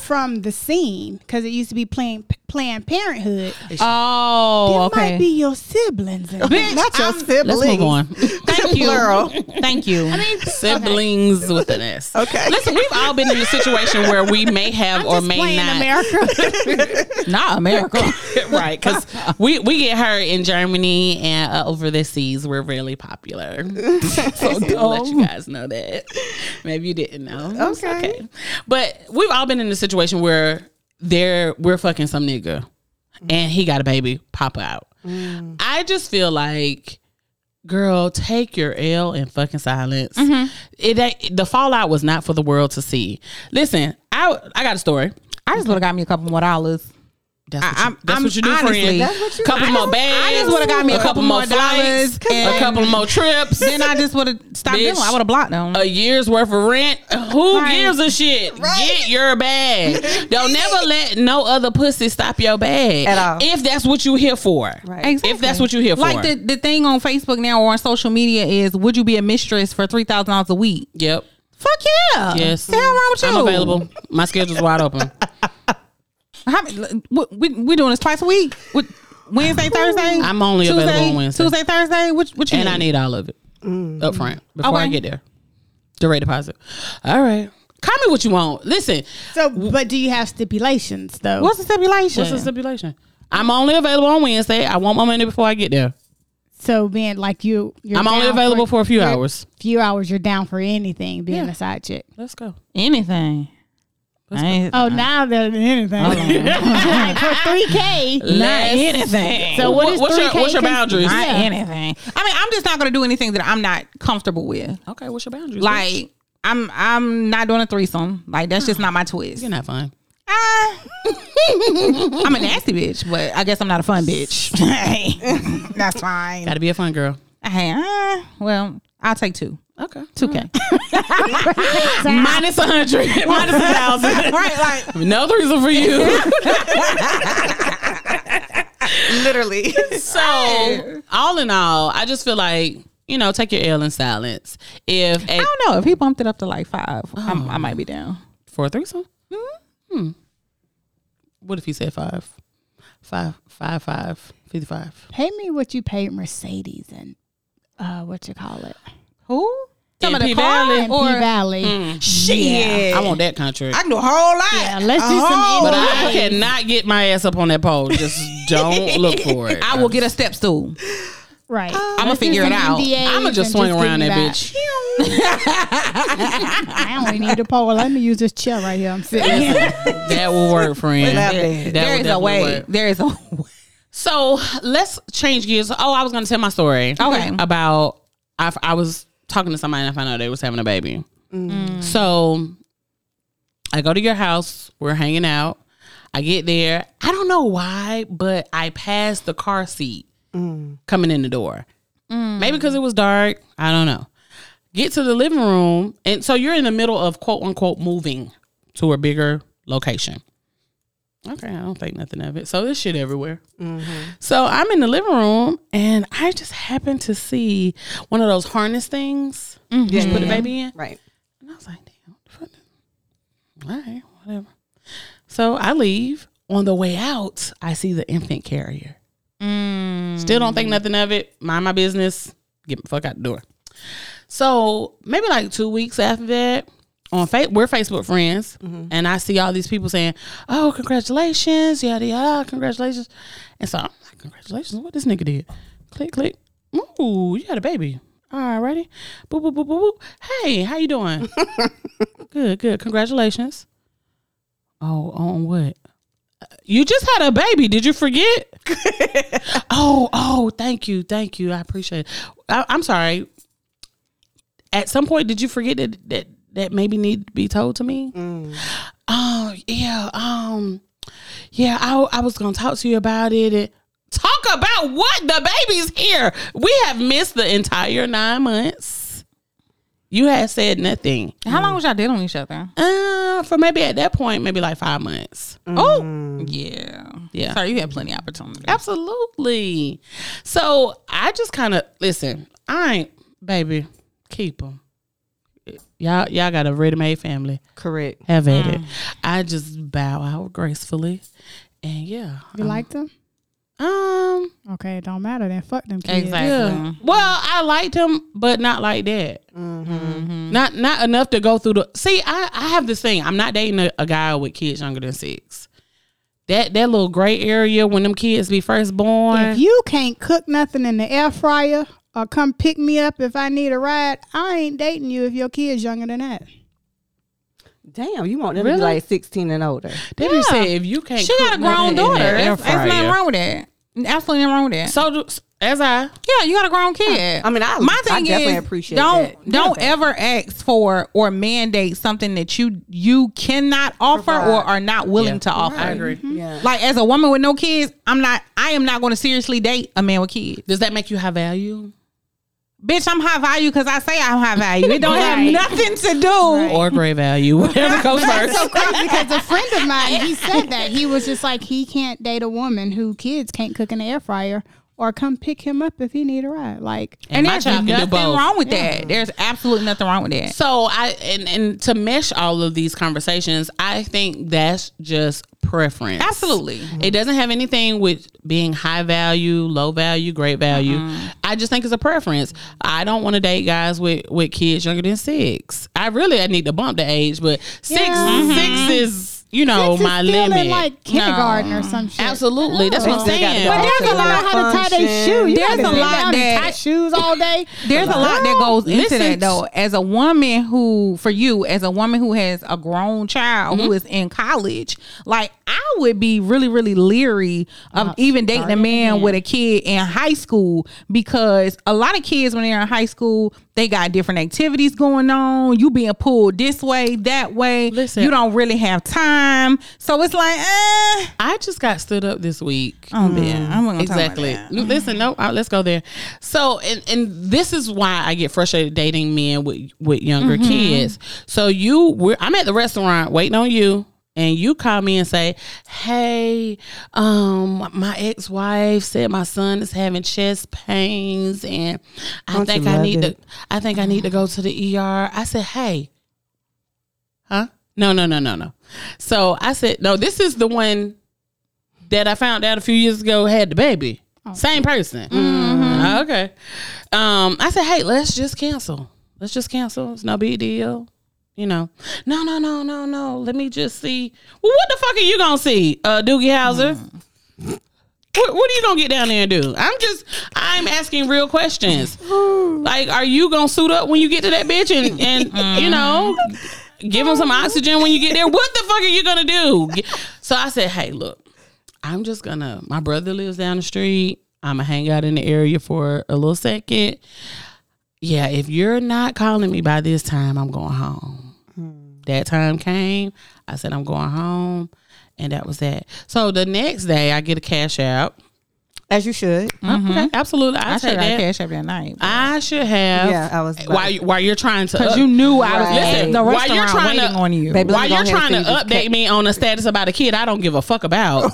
S5: from the scene, because it used to be playing Planned Parenthood,
S4: Oh,
S5: it might
S4: okay.
S5: be your siblings. in there.
S3: We- Not your
S1: Let's move
S3: siblings.
S1: on.
S4: Thank you.
S3: Plural.
S4: Thank you.
S5: I mean, okay.
S1: Siblings with an S.
S3: Okay.
S1: Listen, we've all been in a situation where we may have
S5: I'm
S1: or
S5: just
S1: may
S5: playing
S1: not.
S5: America.
S4: not America.
S1: right because we, we get her in germany and uh, over the seas we're really popular so I'll let you guys know that maybe you didn't know It's
S3: Okay.
S1: but we've all been in a situation where there we're fucking some nigga and he got a baby pop out i just feel like Girl, take your L in fucking silence. It ain't, the fallout was not for the world to see. Listen, I I got a story.
S4: I just would have got me a couple more dollars.
S1: That's what,
S4: I-
S1: you, that's
S4: I'm-
S1: what you do,
S4: honestly,
S1: friend.
S4: that's
S3: what you-
S1: couple
S3: I
S1: more
S4: just-
S1: bags.
S4: I just would've got me a
S1: a
S4: couple
S1: couple more
S4: more
S1: flights,
S4: dollars
S1: a
S4: and-
S1: couple more trips,
S4: Then I just would have stopped
S1: Bitch. Uh,
S4: them. I would have blocked them.
S1: a year's worth of rent. Who
S4: Right.
S1: gives a shit? Get your bag. Don't never let no other pussy stop your bag
S3: At all.
S1: If that's what you here for,
S3: Right.
S1: If that's what you're here for,
S4: Like the, the thing on Facebook now or on social media is, would you be a mistress for three thousand dollars a week?
S1: Yep.
S4: Fuck yeah.
S1: Yes.
S4: The hell wrong with you?
S1: I'm available. My schedule's wide open.
S4: How many- we, we, we doing this twice a week? What, Wednesday, Thursday.
S1: I'm only available on Wednesday.
S4: Tuesday, Thursday. What, what you
S1: and I need all of it up front before I
S4: Okay.
S1: get there. Direct deposit. All right. Call me what you want. Listen,
S5: so, but do you have stipulations though?
S4: What's the stipulation?
S1: What's the stipulation? I'm only available on Wednesday. I want my money before I get there.
S5: so being like you, you're
S1: I'm only
S5: down
S1: available for a few
S5: you're-
S1: hours.
S5: Few hours, you're down for anything. Being a side chick.
S1: Let's go.
S4: Anything. I ain't-
S1: Uh-huh.
S5: Oh, now they're anything Like, for three k.
S4: not anything.
S5: So what is
S1: what's your
S5: 3K
S1: what's your
S5: cons-
S1: boundaries?
S4: not
S5: yeah.
S4: anything. I mean, I'm just not gonna do anything that I'm not comfortable with.
S1: Okay, what's your boundaries? bitch?
S4: Like I'm I'm not doing a threesome. Like that's just not my twist.
S1: you're not fine.
S4: Ah. I'm a nasty bitch, but I guess I'm not a fun bitch. that's fine.
S1: Got to be a fun girl.
S4: Hey, ah, well, I'll take two.
S1: Okay.
S4: Two K.
S1: Minus a hundred, minus a thousand.
S4: right, like
S1: No reason for you.
S4: literally.
S1: so all in all, I just feel like you know, take your L in silence. If a,
S4: I don't know if he bumped it up to like five. I'm, I might be down.
S1: for a threesome, hmm.
S5: Mm-hmm.
S1: What if he said five, five, five, five, fifty-five?
S5: Pay me what you paid Mercedes and uh, what you call it,
S4: Who? Some of
S1: In
S4: the
S1: P
S4: car
S1: Valley?
S5: and P Valley.
S4: Mm. Shit.
S1: I want that contract.
S4: I can do a whole lot.
S5: Yeah, let's do
S4: A
S5: some
S4: whole
S1: but
S5: in-
S4: lot.
S1: I cannot get my ass up on that pole. Just don't look for it.
S4: I will get a step stool.
S5: Right.
S4: I'ma figure it out.
S1: I'ma just swing around that bitch.
S5: I don't need a pole. Let me use this chair right here. I'm sitting here.
S1: That will work, friend. That
S4: there
S1: will
S4: is a
S1: definitely
S4: way.
S1: work.
S4: There is a way.
S1: So let's change gears. Oh, I was going to tell my story.
S4: Okay.
S1: About I, I was talking to somebody and I found out they was having a baby. So I go to your house. We're hanging out. I get there. I don't know why, but I passed the car seat coming in the door. Maybe because it was dark. I don't know. Get to the living room. And so you're in the middle of quote unquote moving to a bigger location. Okay, I don't think nothing of it. So there's shit everywhere. So I'm in the living room and I just happened to see one of those harness things. Just put a
S3: Mm-hmm.
S1: baby in.
S3: Right.
S1: And I was like, damn, what the- all right, whatever. So I leave. On the way out, I see the infant carrier. Still don't think nothing of it. Mind my business. Get the fuck out the door. So maybe like two weeks after that, on fa- we're Facebook friends, and I see all these people saying, "Oh, congratulations, yada yada, congratulations," and so I'm like, "Congratulations, what this nigga did?" Click, click. Ooh, you had a baby. Alrighty. Boop, boop, boop, boop, boop. Hey, how you doing? good, good. Congratulations. Oh, on what? You just had a baby. Did you forget? oh, oh, thank you, thank you. I appreciate it. I, I'm sorry. At some point, did you forget that that that maybe need to be told to me? Oh yeah, um, yeah. I I was gonna talk to you about it. And talk about what the baby's here. We have missed the entire nine months. You had said nothing.
S4: How long was y'all dating each other?
S1: Uh, for maybe at that point, maybe like five months.
S4: Oh, yeah,
S1: Yeah.
S4: Sorry, you had plenty of opportunity.
S1: Absolutely. So I just kind of listen. I ain't baby. Keep them. Y'all, y'all got a ready-made family.
S3: Correct.
S1: Have at it. I just bow out gracefully, and yeah.
S5: You liked them?
S1: Um.
S5: Okay, it don't matter. Then fuck them kids.
S4: Exactly. Mm-hmm.
S1: Yeah. Well, I liked him, but not like that.
S4: Mm-hmm.
S1: Not not enough to go through the. See, I I have this thing. I'm not dating a, a guy with kids younger than six. That that little gray area when them kids be first born.
S5: If you can't cook nothing in the air fryer or come pick me up if I need a ride, I ain't dating you if your kid's younger than that.
S3: Damn, you want them to be like 16 and older.
S1: Debbie
S4: Yeah.
S1: said if you can't
S4: She got a
S1: cook nothing
S4: grown
S1: in that
S4: daughter.
S1: air
S4: There's there's nothing
S1: fryer.
S4: wrong with that. Absolutely nothing wrong with that.
S1: So do, as I
S4: Yeah, you got a grown kid.
S3: I mean, I-
S4: my
S3: I
S4: thing
S3: definitely
S4: is
S3: appreciate
S4: don't
S3: that.
S4: don't ever ask for or mandate something that you you cannot offer or are not willing to offer.
S1: Mm-hmm.
S3: Yeah.
S4: Like as a woman with no kids, I'm not. I am not going to seriously date a man with kids.
S1: Does that make you high value
S4: Bitch, I'm high value because I say I'm high value. It don't
S5: Right.
S4: have nothing to do.
S1: or gray value? Whatever goes first.
S5: so crazy because a friend of mine he said that he was just like he can't date a woman who kids can't cook in the air fryer or come pick him up if he need a ride. Like
S4: And
S1: my
S4: there's
S1: child can do
S4: nothing
S1: both.
S4: wrong with that. There's absolutely nothing wrong with that.
S1: So I and and to mesh all of these conversations, I think that's just preference.
S4: Absolutely.
S1: It doesn't have anything with being high value, low value, great value. I just think it's a preference. I don't want to date guys with with kids younger than six. I really I need to bump the age, but six
S5: Yeah.
S1: six Mm-hmm. is you know
S5: This is
S1: my
S5: still
S1: limit.
S5: in like kindergarten or some shit.
S1: Absolutely, that's what I'm
S3: They still gotta
S1: saying.
S3: go
S5: But
S3: But
S5: there's a lot of how to tie their shoe. You
S4: There's
S5: gotta
S4: a
S5: sit
S4: lot
S5: down and tie
S4: that-
S5: shoes all day.
S4: There's a lot that goes into
S1: Listen
S4: that though. As a woman who, for you, as a woman who has a grown child
S1: Mm-hmm.
S4: who is in college, like I would be really, really leery of
S1: Oh,
S4: even dating a man with a kid in high school because a lot of kids when they're in high school, They got different activities going on. You being pulled this way, that way.
S1: Listen.
S4: you don't really have time. So it's like, eh.
S1: I just got stood up this week.
S4: Oh man, I'm not gonna
S1: Mm, exactly.
S4: Talk about that.
S1: N- Listen, no, uh, let's go there. So, and and this is why I get frustrated dating men with with younger kids. So you, we're, I'm at the restaurant waiting on you, and you call me and say, "Hey, um, my ex wife said my son is having chest pains, and I
S3: Don't you
S1: think I
S3: love
S1: need
S3: it?
S1: to, I think I need to go to the ER." I said, "Hey, huh? No, no, no, no, no." So I said, "No, this is the one." that I found out a few years ago had the baby. Same person. Okay. Um, I said, hey, let's just cancel. Let's just cancel. It's no big deal. You know, no, no, no, no, no. Let me just see. Well, what the fuck are you gonna see, uh, Doogie Howser? What, what are you gonna get down there and do? I'm just, I'm asking real questions. like, are you gonna suit up when you get to that bitch and, and you know, give him some oxygen when you get there? What the fuck are you gonna do? So I said, hey, look, I'm just gonna. My brother lives down the street. I'm gonna hang out in the area for a little second. Yeah, if you're not calling me by this time, I'm going home. That time came. I said I'm going home, and that was that. So the next day, I get a cash out.
S3: As you should.
S1: Okay, absolutely. I,
S4: I
S1: take
S4: should have
S1: that.
S4: cash up that night.
S1: I should have.
S3: Yeah, I was about-
S1: While you, while you're trying to
S4: Because
S1: up-
S4: you knew I was
S3: Right.
S4: at
S1: Listen,
S4: the
S1: while
S4: restaurant
S1: you're trying to-
S4: waiting on you.
S3: Baby,
S1: While
S3: Let me go
S1: you're
S3: ahead and
S1: trying to
S3: send you this
S1: update
S3: cake.
S1: me on a status about a kid I don't give a fuck about.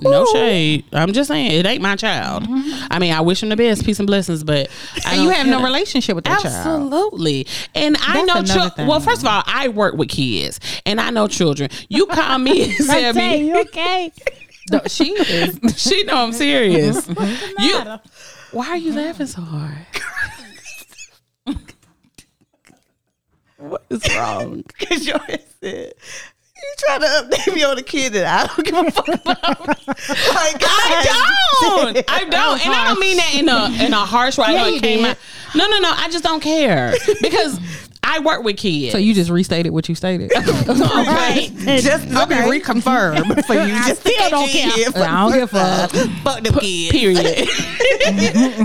S1: no shade. I'm just saying it ain't my child. I mean, I wish him the best, peace and blessings, but I
S4: and you
S1: don't
S4: have no
S1: care.
S4: relationship with that child.
S1: Absolutely. And I
S4: That's
S1: know
S4: another
S1: chil- well,
S4: thing.
S1: first of all, I work with kids and I know children. You call me and tell
S5: Tay,
S1: me
S5: you okay?
S4: No, she is.
S1: she know I'm serious. you,
S5: matter?
S1: why are you laughing so hard? what is wrong?
S3: Because your ass said, you trying to update me on a kid that I don't give a fuck about. like,
S1: I don't. I don't. And I don't mean that in a in a harsh way. I know
S5: Yeah,
S1: it
S5: you
S1: came
S5: did.
S1: out. No, no, no. I just don't care because I work with kids.
S4: So you just restated what you stated.
S1: right.
S3: Just
S4: I'll be reconfirmed for you.
S3: I
S4: still don't care. I don't give a fuck.
S3: fuck them kids.
S1: Period.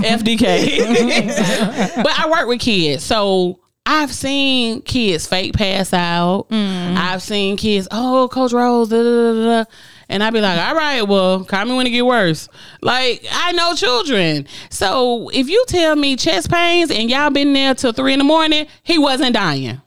S1: FDK. but I work with kids, so I've seen kids fake pass out.
S3: Mm.
S1: I've seen kids, oh, Coach Rose, da, da, da, da. and I'd be like, all right, well, call me when it get worse. Like I know children, so if you tell me chest pains and y'all been there till three in the morning, he wasn't dying.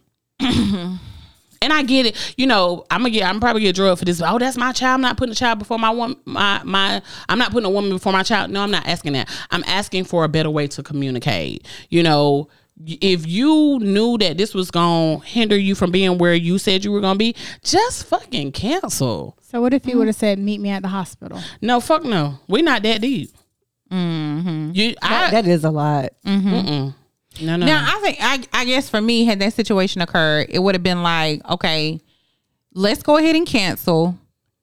S1: And I get it, you know. I'm gonna get. I'm probably get drug for this. Oh, that's my child. I'm not putting a child before my woman. My my. I'm not putting a woman before my child. No, I'm not asking that. I'm asking for a better way to communicate. You know, y- if you knew that this was gonna hinder you from being where you said you were gonna be, just fucking cancel.
S5: So what if he would have said, "Meet me at the hospital"?
S1: No, fuck no. We're not that deep. Mm-hmm. You, I,
S3: That is a lot.
S1: no, no.
S4: Now, I think I, I guess for me, had that situation occurred, it would have been like, okay, let's go ahead and cancel.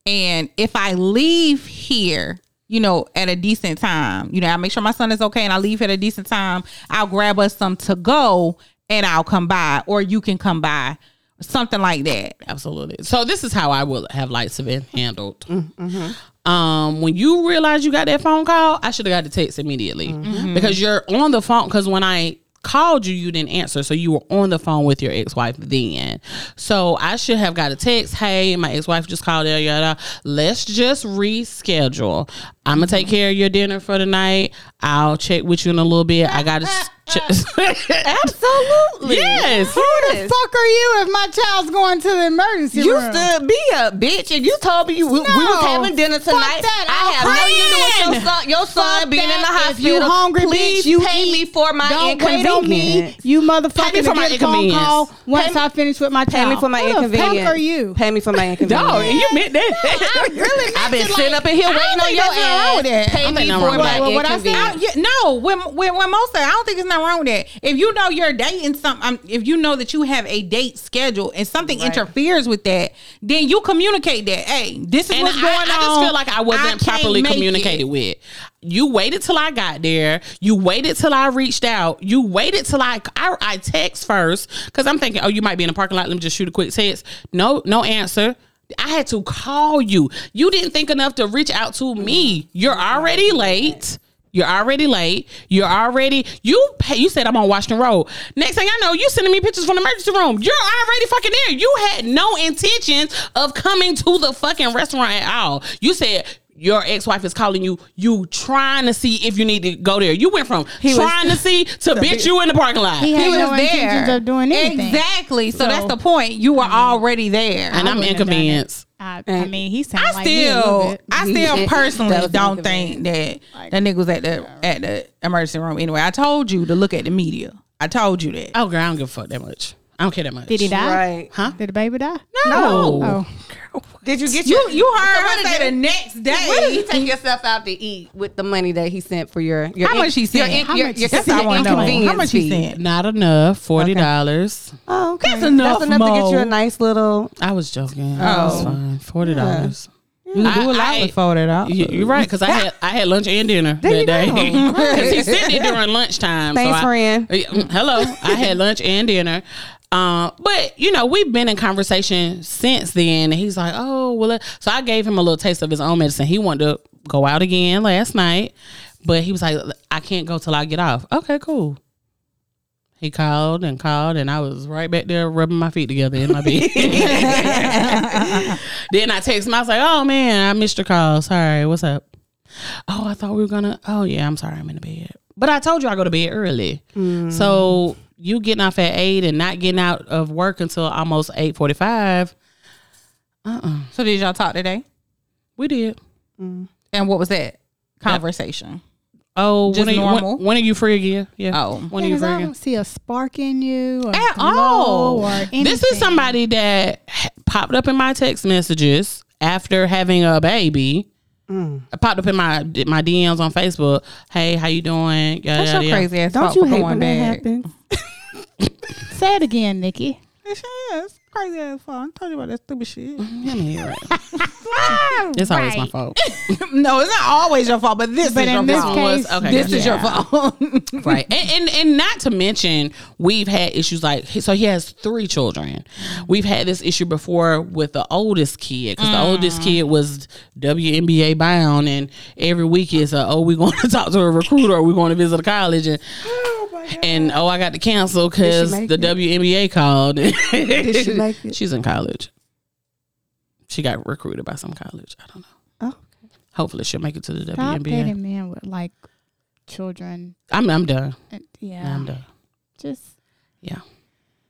S4: And if I leave here, you know, at a decent time, you know, I make sure my son is okay, and I leave at a decent time. I'll grab us some to go, and I'll come by, or you can come by, something like that.
S1: Absolutely. So this is how I would have liked to been handled. Um, when you realize you got that phone call, I should have got the text immediately because you're on the phone. Because when I called you, you didn't answer, so you were on the phone with your ex wife then. So I should have got a text. Hey, my ex wife just called. Yada yada. Let's just reschedule. I'm gonna take care of your dinner for the night. I'll check with you in a little bit. I gotta. s- check-
S3: Absolutely.
S1: yes.
S3: Yes.
S5: Fuck are you if my child's going to the emergency
S3: You
S5: room?
S3: stood me up, bitch, and you told me you we, we was having dinner tonight.
S5: that,
S3: I
S5: I'm
S3: have nothing to do with your son, your son
S5: Fuck
S3: being in the
S5: that. If
S3: hospital.
S5: you hungry,
S3: please,
S5: bitch,
S3: you
S5: pay
S3: pay me
S5: me.
S3: for my
S5: Don't wait on me,
S3: inconvenience.
S5: you
S1: Pay me
S5: motherfucker.
S1: for
S5: To
S1: my
S5: get a phone
S1: inconvenience.
S5: call once
S3: Pay-
S5: I finish with my
S3: Pay
S5: child.
S3: me for my
S5: Who
S3: inconvenience.
S5: The fuck are you?
S3: Pay me for my inconvenience.
S1: Dog, you meant that.
S3: I've been sitting up in here
S4: I don't
S3: waiting
S4: think there's nothing wrong
S3: on your ass.
S4: with that.
S3: Pay
S1: I
S3: me
S1: think
S3: for
S1: nothing wrong with
S3: my
S1: that.
S5: Well, what I said-
S4: I,
S3: inconvenience.
S4: yeah, no, when when when most of I don't think it's nothing wrong with that. If you know you're dating some, um, if you know that you have a date schedule and something interferes with that, then you communicate that. Hey, this is
S1: and
S4: what's
S1: I,
S4: going
S1: I
S4: on.
S1: just feel like I
S4: can't
S1: wasn't properly
S4: make
S1: communicated
S4: it.
S1: with. You waited till I got there. You waited till I reached out. You waited till I I, I text first because I'm thinking, oh, you might be in the parking lot. Let me just shoot a quick text. No, no answer. I had to call you. You didn't think enough to reach out to me. You're already late. You're already late. You're already you pay, you said I'm on Washington Road. Next thing I know, you sending me pictures from the emergency room. You're already fucking there. You had no intentions of coming to the fucking restaurant at all. You said your ex-wife is calling you. You trying to see if you need to go there. You went from trying to see to bitch you in the parking lot.
S5: He
S4: He
S5: had
S4: was
S5: no intentions
S4: there.
S5: of doing anything.
S4: Exactly. So, that's the point. You were already there.
S1: and I'm
S5: wouldn't have done it.
S1: inconvenienced.
S5: I, I mean, he sounded
S4: I
S5: like me a little
S4: still,
S5: bit.
S4: I still personally
S3: That was
S4: don't think that that nigga was at the at the emergency room. Anyway, I told you to look at the media. I told you that.
S1: Oh girl, I don't give a fuck that much. I don't care that much.
S5: Did he die?
S3: Right.
S1: Huh?
S5: Did the baby die?
S1: No.
S5: Oh,
S3: Did you get
S4: You
S3: your
S4: you heard
S3: So
S4: her
S3: what did
S4: say
S3: they-
S4: the next
S3: Where did you
S4: day.
S3: take yourself out to eat with the money that he sent for your? your
S4: How
S3: in-
S4: much he
S3: Your,
S4: sent?
S3: in-
S4: How
S3: your,
S4: much-
S3: your,
S4: That's
S3: your
S4: all I want to know.
S3: inconvenience
S4: How much he
S3: fee.
S4: sent?
S1: Not enough. Forty dollars.
S3: Oh, okay.
S4: That's enough,
S3: That's enough to get
S4: Mo.
S3: you a nice little.
S1: I was joking. Oh,
S4: Oh.
S1: fine. Forty dollars.
S4: You can do a
S1: I-
S4: lot
S1: I-
S4: with four that out.
S1: You, you're right because I had I had lunch and dinner that day. 'Cause he sent it during lunchtime.
S3: Thanks,
S1: I-
S3: friend.
S1: Yeah, mm, Hello, I had lunch and dinner. Um, but you know we've been in conversation since then. And he's like, oh well. uh," So I gave him a little taste of his own medicine. He wanted to go out again last night, but he was like, I can't go till I get off. Okay, cool. He called and called, and I was right back there rubbing my feet together in my bed. then I text him. I was like, "Oh man, I missed your call. Sorry. What's up? Oh, I thought we were gonna. Oh yeah, I'm sorry. I'm in the bed. But I told you I go to bed early. So you getting off at eight and not getting out of work until almost eight forty five.
S4: So did y'all talk today?
S1: We did.
S4: And what was that conversation?
S1: Oh,
S4: Just
S1: when are You,
S4: normal?
S1: when, when are you free again? Yeah.
S4: Oh.
S1: when are you
S5: because
S1: free
S5: I
S1: again?
S5: don't see a spark in you or
S4: At
S5: glow
S4: all.
S5: or anything.
S1: This is somebody that h- popped up in my text messages after having a baby. I popped up in my my DMs on Facebook. Hey, how you doing? Yada,
S4: That's
S1: yada,
S4: your
S1: yada.
S4: crazy ass
S3: Don't
S4: fault
S3: you
S4: for
S3: hate
S4: going
S3: when that
S4: back.
S3: happens?
S5: Say it again, Nikki.
S4: Yes, crazy ass fault. I'm talking about that stupid shit.
S1: I mean, you're right.
S3: Ah,
S1: It's always my
S5: Right.
S1: fault.
S4: no, it's not always your fault, but this
S5: But
S4: is
S5: in
S4: your
S5: this
S4: fault.
S5: case,
S1: Okay,
S4: this
S1: gotcha.
S4: is your fault.
S1: right and, and and not to mention we've had issues like so he has three children we've had this issue before with the oldest kid because the oldest kid was WNBA bound and every week it's a oh we're going to talk to a recruiter or we're going to visit a college and and oh I got to cancel because
S3: make
S1: the
S3: it?
S1: WNBA called
S3: Did she make it?
S1: she's in college she got recruited by some college I don't know
S3: Oh,
S1: hopefully she'll make it to the
S5: Stop
S1: WNBA
S5: dating men with like children.
S1: I'm I'm done
S5: And, yeah,
S1: I'm done
S5: just
S1: yeah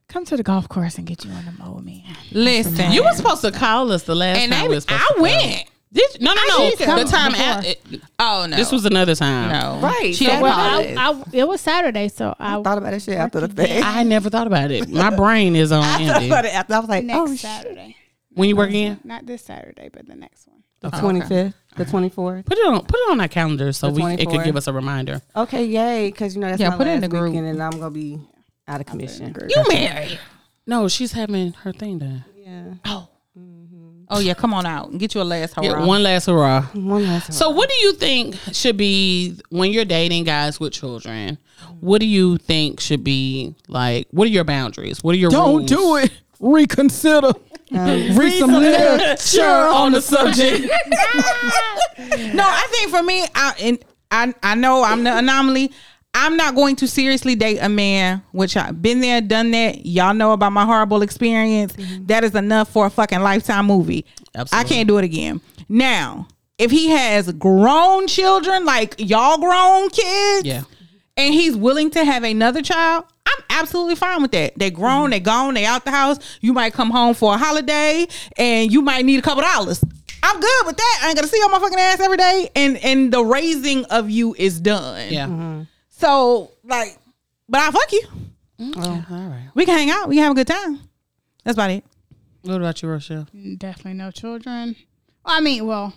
S5: come to the golf course and get you on the mold, man.
S4: Listen,
S1: You were supposed to call us the last
S4: and
S1: time. we
S4: they,
S1: were supposed
S4: I
S1: to call.
S4: went.
S1: Did no, no, no.
S5: did come
S1: The time after,
S4: Oh no,
S1: this was another time.
S4: no
S3: Right.
S4: She
S3: So
S4: didn't
S5: Well,
S4: call
S5: I,
S4: us.
S5: I, it was Saturday, so I,
S3: thought about that shit after the thing.
S1: I never thought about it. My brain is on
S3: I
S1: empty.
S3: thought it after. I was like,
S5: next
S3: oh, shit.
S5: Saturday,
S1: When you work in,
S5: not this Saturday, but the next one.
S3: the twenty fifth, the twenty fourth.
S1: put it on put it on our calendar so
S3: The
S1: we it could
S3: 24.
S1: give us a reminder.
S3: Okay, yay! Because you know that's
S4: Yeah,
S3: my
S4: put it in
S3: last
S4: the group.
S3: weekend, and I'm gonna be out of commission.
S4: you married.
S1: No, she's having her thing done.
S3: Yeah,
S4: Oh. Oh yeah, come on out and get you a last
S1: Get
S4: hurrah.
S1: one last hurrah.
S3: one last.
S1: So, what do you think should be when you're dating guys with children? What do you think should be like? What are your boundaries? What are your rules?
S4: it. Reconsider. Uh, Read some
S1: Sure, on the subject.
S4: No, I think for me, I and I I know I'm the anomaly. I'm not going to seriously date a man, which I've been there, done that. Y'all know about my horrible experience. That is enough for a fucking lifetime movie.
S1: Mm-hmm. Absolutely.
S4: I can't do it again. Now, if he has grown children, like y'all grown kids,
S1: Yeah.
S4: and he's willing to have another child, I'm absolutely fine with that. They grown, they gone, they out the house. You might come home for a holiday and you might need a couple dollars. I'm good with that. I ain't gonna see your motherfucking ass every day. And and the raising of you is done.
S1: Yeah.
S4: So like, but I fuck you.
S1: Oh, all right.
S4: We can hang out. We can have a good time. That's about it.
S1: What about you, Rochelle?
S5: Mm, Definitely no children. I mean, well,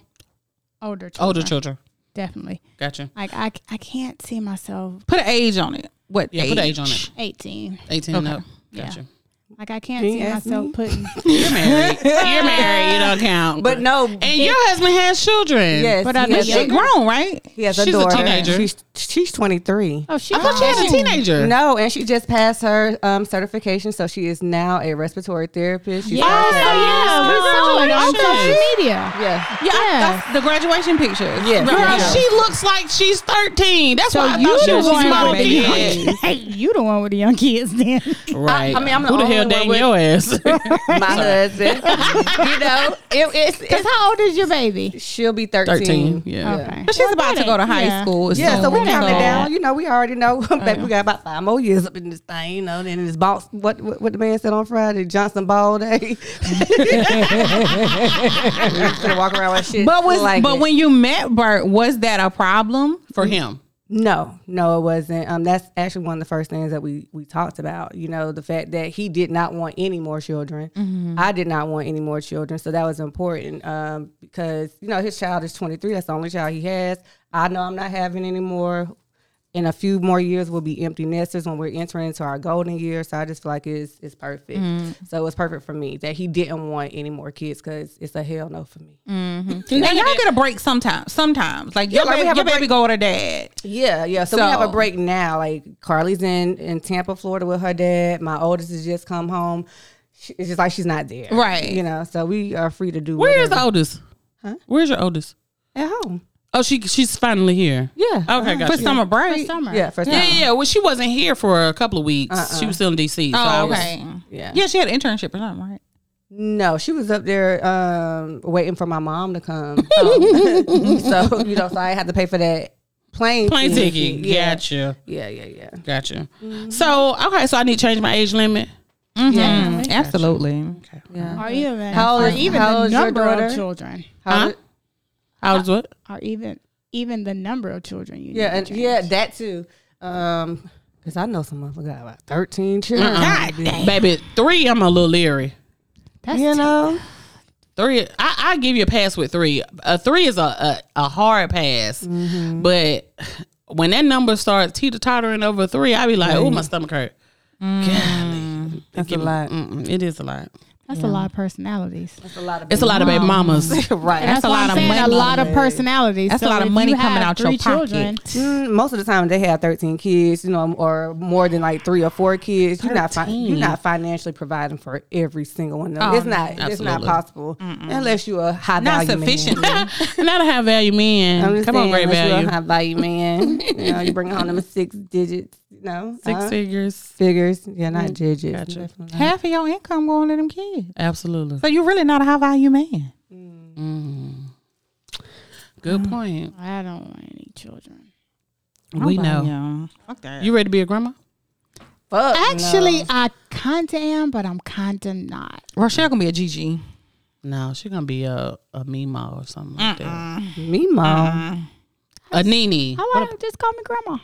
S5: older children.
S1: Older children.
S5: Definitely.
S1: Gotcha.
S5: Like I, I can't see myself
S4: Put an age on it. What?
S1: Yeah, put an age on it.
S5: 18.
S1: 18 and up.
S5: Yeah.
S1: Gotcha.
S5: Like I can't
S3: Can you
S5: see
S3: ask
S5: myself
S3: me?
S5: putting.
S1: You're married. You're married. You don't count.
S3: But no,
S1: And your husband has children.
S3: yes,
S5: but
S3: he
S5: I know
S3: has,
S5: you-
S4: She grown, right?
S3: he has a
S1: she's a
S3: daughter.
S1: teenager.
S3: She's she's twenty three.
S5: Oh, she.
S1: I thought you had a teenager.
S3: No, and she just passed her um, certification, so she is now a respiratory therapist. She's
S5: Yeah,
S3: also-
S5: yeah, we saw it on social media.
S3: yeah.
S4: Yeah, I-
S5: Yes.
S4: that's the graduation pictures.
S3: Yeah.
S1: Girl,
S3: Yeah.
S1: she looks like she's 13. That's
S5: So
S1: why I
S5: you
S1: thought she
S5: the
S1: was a
S5: one
S1: small
S5: with the
S1: kid.
S5: Hey, you the one with the young kids then.
S1: Right.
S3: I mean, I'm the
S1: Who the
S3: only
S1: hell
S3: one
S1: dating
S3: with-
S1: your ass?
S3: my husband. you know, it, it's,
S5: Because
S3: it's
S5: how old is your baby?
S3: she'll be thirteen.
S1: 13, yeah.
S5: Okay.
S4: But she's
S5: Well,
S4: about to
S5: that
S4: go to
S5: ain't-
S4: high
S5: yeah.
S4: school.
S3: Yeah, so we
S4: soon,
S3: counting
S4: so-
S3: down. You know, we already know. Baby, we got about five more years up in this thing. You know, then it's boss. What what, what the man said on Friday, Johnson Ball Day. to walk around with shit.
S4: But was
S3: like
S4: but
S3: it.
S4: when you met Bert, was that a problem?
S1: For him.
S3: No, no, it wasn't. Um, that's actually one of the first things that we we talked about. You know, the fact that he did not want any more children. I did not want any more children, so that was important. Um, because you know his child is twenty three. That's the only child he has. I know I'm not having any more. In a few more years, we'll be empty nesters when we're entering into our golden years. So I just feel like it's it's perfect. So it was perfect for me that he didn't want any more kids because it's a hell no for me.
S4: Now y'all get a break sometimes. Sometimes, like your,
S3: like we
S4: baby,
S3: have
S4: your
S3: a
S4: baby
S3: break.
S4: go to dad.
S3: Yeah, yeah. So, we have a
S4: So-
S3: break now. Like Carly's in in Tampa, Florida, with her dad. My oldest has just come home. She, it's just like she's not there,
S4: Right.
S3: You know. So we are free to do
S1: Where is
S3: whatever.
S1: the oldest? Huh? Where's your oldest?
S3: at home.
S1: Oh, she she's finally here.
S3: Yeah.
S1: Okay, gotcha.
S4: for summer break.
S5: Summer.
S3: Yeah, first
S1: Uh-huh. Yeah,
S3: time.
S1: yeah, yeah. Well, she wasn't here for a couple of weeks. She was still in DC. so I
S4: Oh,
S1: was-
S4: okay.
S3: Yeah.
S4: Yeah, she had an internship or something, right?
S3: No, she was up there um, waiting for my mom to come. so you know, so I had to pay for that plane
S1: Plane ticket.
S3: Yeah.
S1: Gotcha.
S3: Yeah, yeah, yeah.
S1: Gotcha.
S3: Mm-hmm.
S1: So okay, so I need to change my age limit.
S4: Yeah, Mm-hmm. absolutely.
S3: Yeah.
S5: Or even
S3: How old
S5: or
S3: is-
S5: even
S3: how old
S5: the
S3: is your
S5: number
S3: daughter?
S5: of children,
S3: How
S1: Huh?
S3: did-
S1: I was what?
S5: or even even the number of children you
S3: Yeah,
S5: need
S3: and
S5: to change.
S3: yeah, that too. Um, because I know some motherfucker got about thirteen children.
S1: Baby, three. I'm a little leery.
S5: That's
S3: You know.
S1: Three. I, I give you a pass with three. A three is a a, a hard pass,
S3: Mm-hmm.
S1: but when that number starts teeter tottering over three, I be like, oh, my stomach hurt. Golly,
S3: Mm-hmm. That's a lot.
S1: Mm-mm, it is a lot.
S5: that's a lot of personalities.
S3: That's a lot of
S1: It's a lot of baby mamas.
S3: right.
S5: That's, a lot of money. A lot of personalities.
S4: That's a
S5: So
S4: lot of
S5: if
S4: money
S5: you
S4: coming out
S5: have
S4: your
S5: three
S4: pocket.
S5: children,
S3: Mm, most of the time they have 13 kids you know or more than like three or four kids you're not fin- you're not financially providing for every single one of them
S4: Oh,
S3: it's not it's not
S1: absolutely.
S3: possible unless you're a high
S4: Not
S3: value
S4: sufficient.
S3: man.
S1: Not a high value man.
S3: I'm just
S1: Come
S3: saying,
S1: on, great
S3: unless
S1: value.
S3: you're a high value man you know you bring home them six digits you know
S1: Six Mm,
S3: uh,
S1: figures.
S3: figures yeah not digits Definitely not.
S4: Half of your income going to them kids.
S1: Absolutely.
S4: So you're really not a high value man.
S1: Good point.
S5: I don't want any children.
S1: We know.
S4: Fuck that.
S1: You ready to be a grandma?
S3: Fuck no.
S5: Actually, I kinda am, but I'm kinda not.
S4: Rochelle gonna be a GG.
S1: No, she's gonna be a a Mima or something like that.
S3: me mom
S1: A Nini.
S5: How about just call me grandma?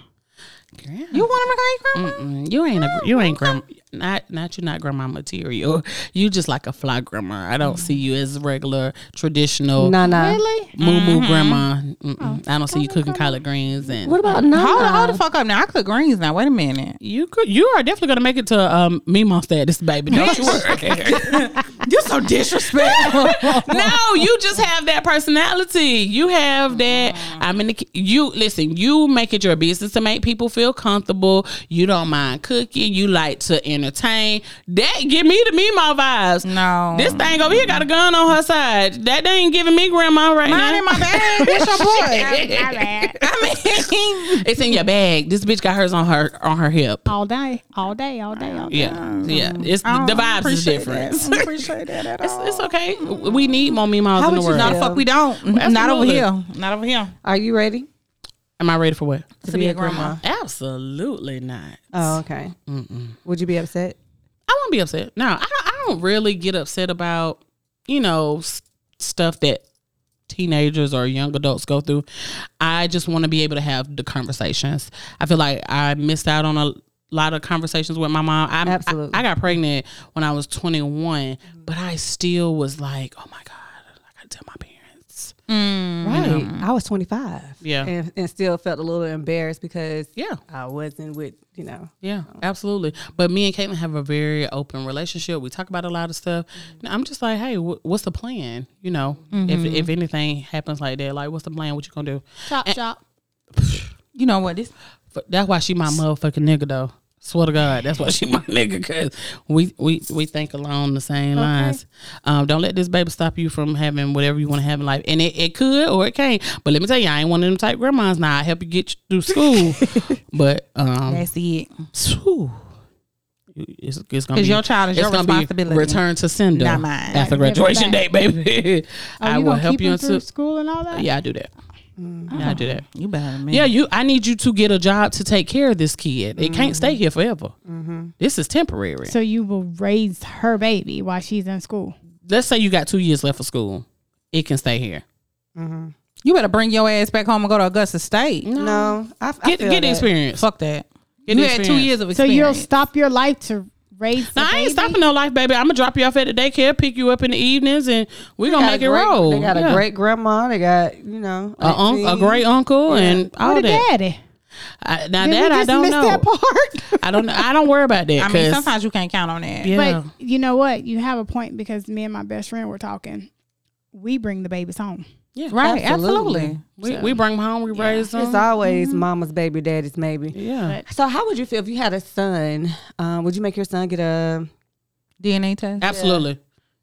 S4: You want to become your grandma?
S1: Mm-mm. You ain't a you ain't grandma. Not not you not grandma material. You just like a fly grandma. I don't see you as regular traditional
S3: nah nah
S5: Really?
S1: moo moo grandma. Mm-mm. I don't see you cooking collard greens and
S3: what about nah
S4: Hold, hold the fuck up now. I cook greens now. Wait a minute.
S1: you could you are definitely gonna make it to um Mima status, baby. Don't you worry. You're so disrespectful. no, you just have that personality. You have that. I mean, the ki- you listen. You make it your business to make people feel comfortable. You don't mind cooking. You like to entertain. That give me the Mima vibes.
S4: No.
S1: This thing over here got a gun on her side. That ain't giving me grandma right
S4: Mine
S1: now.
S4: in my bag. That's your boy. I mean,
S1: it's in your bag. This bitch got hers on her on her hip.
S5: All day. All day. All day. All day.
S1: Yeah, yeah. It's the
S4: Um, I don't
S1: vibes is
S4: appreciate
S1: different.
S4: that. I don't appreciate that at
S1: It's,
S4: all.
S1: it's okay. We need more memes
S3: How
S1: in the
S3: would you
S1: world.
S4: no,
S3: not-
S4: the fuck we don't. Not over here. Not over here.
S3: are you ready
S1: Am I ready for what?
S3: to,
S4: be a grandma.
S1: Absolutely not.
S3: oh okay would you be upset
S1: I won't be upset. No, I don't, I don't really get upset about you know s- stuff that teenagers or young adults go through. I just want to be able to have the conversations. I feel like I missed out on a lot of conversations with my mom. I,
S3: Absolutely.
S1: I, I got pregnant when I was 21, but I still was like, oh my god, I gotta tell my parents.
S3: Right. I was 25.
S1: Yeah.
S3: And, and still felt a little embarrassed because
S1: Yeah.
S3: I wasn't with, you know.
S1: Yeah, absolutely. But me and Caitlin have a very open relationship. We talk about a lot of stuff. And I'm just like, hey, wh- what's the plan? You know, if if anything happens like that, like, what's the plan? What you gonna do?
S5: Chop chop.
S4: You know what? This
S1: F- That's why she my motherfucking nigga though. Swear to God, that's why she my nigga. Cause we we we think along the same lines. Um, don't let this baby stop you from having whatever you want to have in life, and it, it could or it can't. But let me tell you, I ain't one of them type grandmas. Now I help you get you through school, but um,
S4: that's it.
S1: phew, it's, it's gonna
S4: 'Cause
S1: be
S4: your child is
S1: it's
S4: your
S1: gonna be
S4: responsibility.
S1: Return to sender
S4: Not mine.
S1: after graduation day, baby.
S5: Oh,
S1: I
S5: you
S1: will
S5: gonna
S1: help
S5: keep
S1: you
S5: him through
S1: until
S5: school and all that.
S1: yeah, I do that. Yeah, I do that.
S4: You better man.
S1: Yeah, you. I need you to get a job to take care of this kid. It can't stay here forever. This is temporary.
S5: So you will raise her baby while she's in school.
S1: Let's say you got two years left of school. It can stay here.
S4: You better bring your ass back home and go to Augusta State.
S3: No. I, I
S1: Get
S3: feel
S1: get
S3: that.
S1: the experience.
S4: Fuck that.
S1: Get
S4: you
S1: the
S4: had two
S1: experience.
S4: years of
S5: So
S4: experience.
S5: you'll stop your life to raise. the
S1: Now I ain't
S5: baby?
S1: stopping no life, baby. I'm gonna drop you off at the daycare, pick you up in the evenings, and we
S3: They
S1: gonna
S3: got
S1: make
S3: a
S1: it
S3: great-
S1: roll.
S3: They got
S1: Yeah.
S3: a great grandma. They got, you know,
S1: a, un- a
S3: aunties.
S1: great uncle and all
S5: What a
S1: that.
S5: daddy.
S1: I, now
S5: Did we
S1: that I
S5: just
S1: don't
S5: miss
S1: know.
S5: that part?
S1: I don't. I don't worry about that.
S4: I mean,
S1: 'cause-
S4: sometimes you can't count on that.
S1: yeah.
S5: But you know what? You have a point because me and my best friend were talking. We bring the babies home.
S1: yeah.
S4: Right. Absolutely.
S3: Absolutely.
S1: We, we bring them home. We raise them.
S3: It's always mama's baby, daddy's maybe.
S1: yeah.
S3: So, how would you feel if you had a son? Um, would you make your son get a?
S4: DNA test.
S1: Absolutely.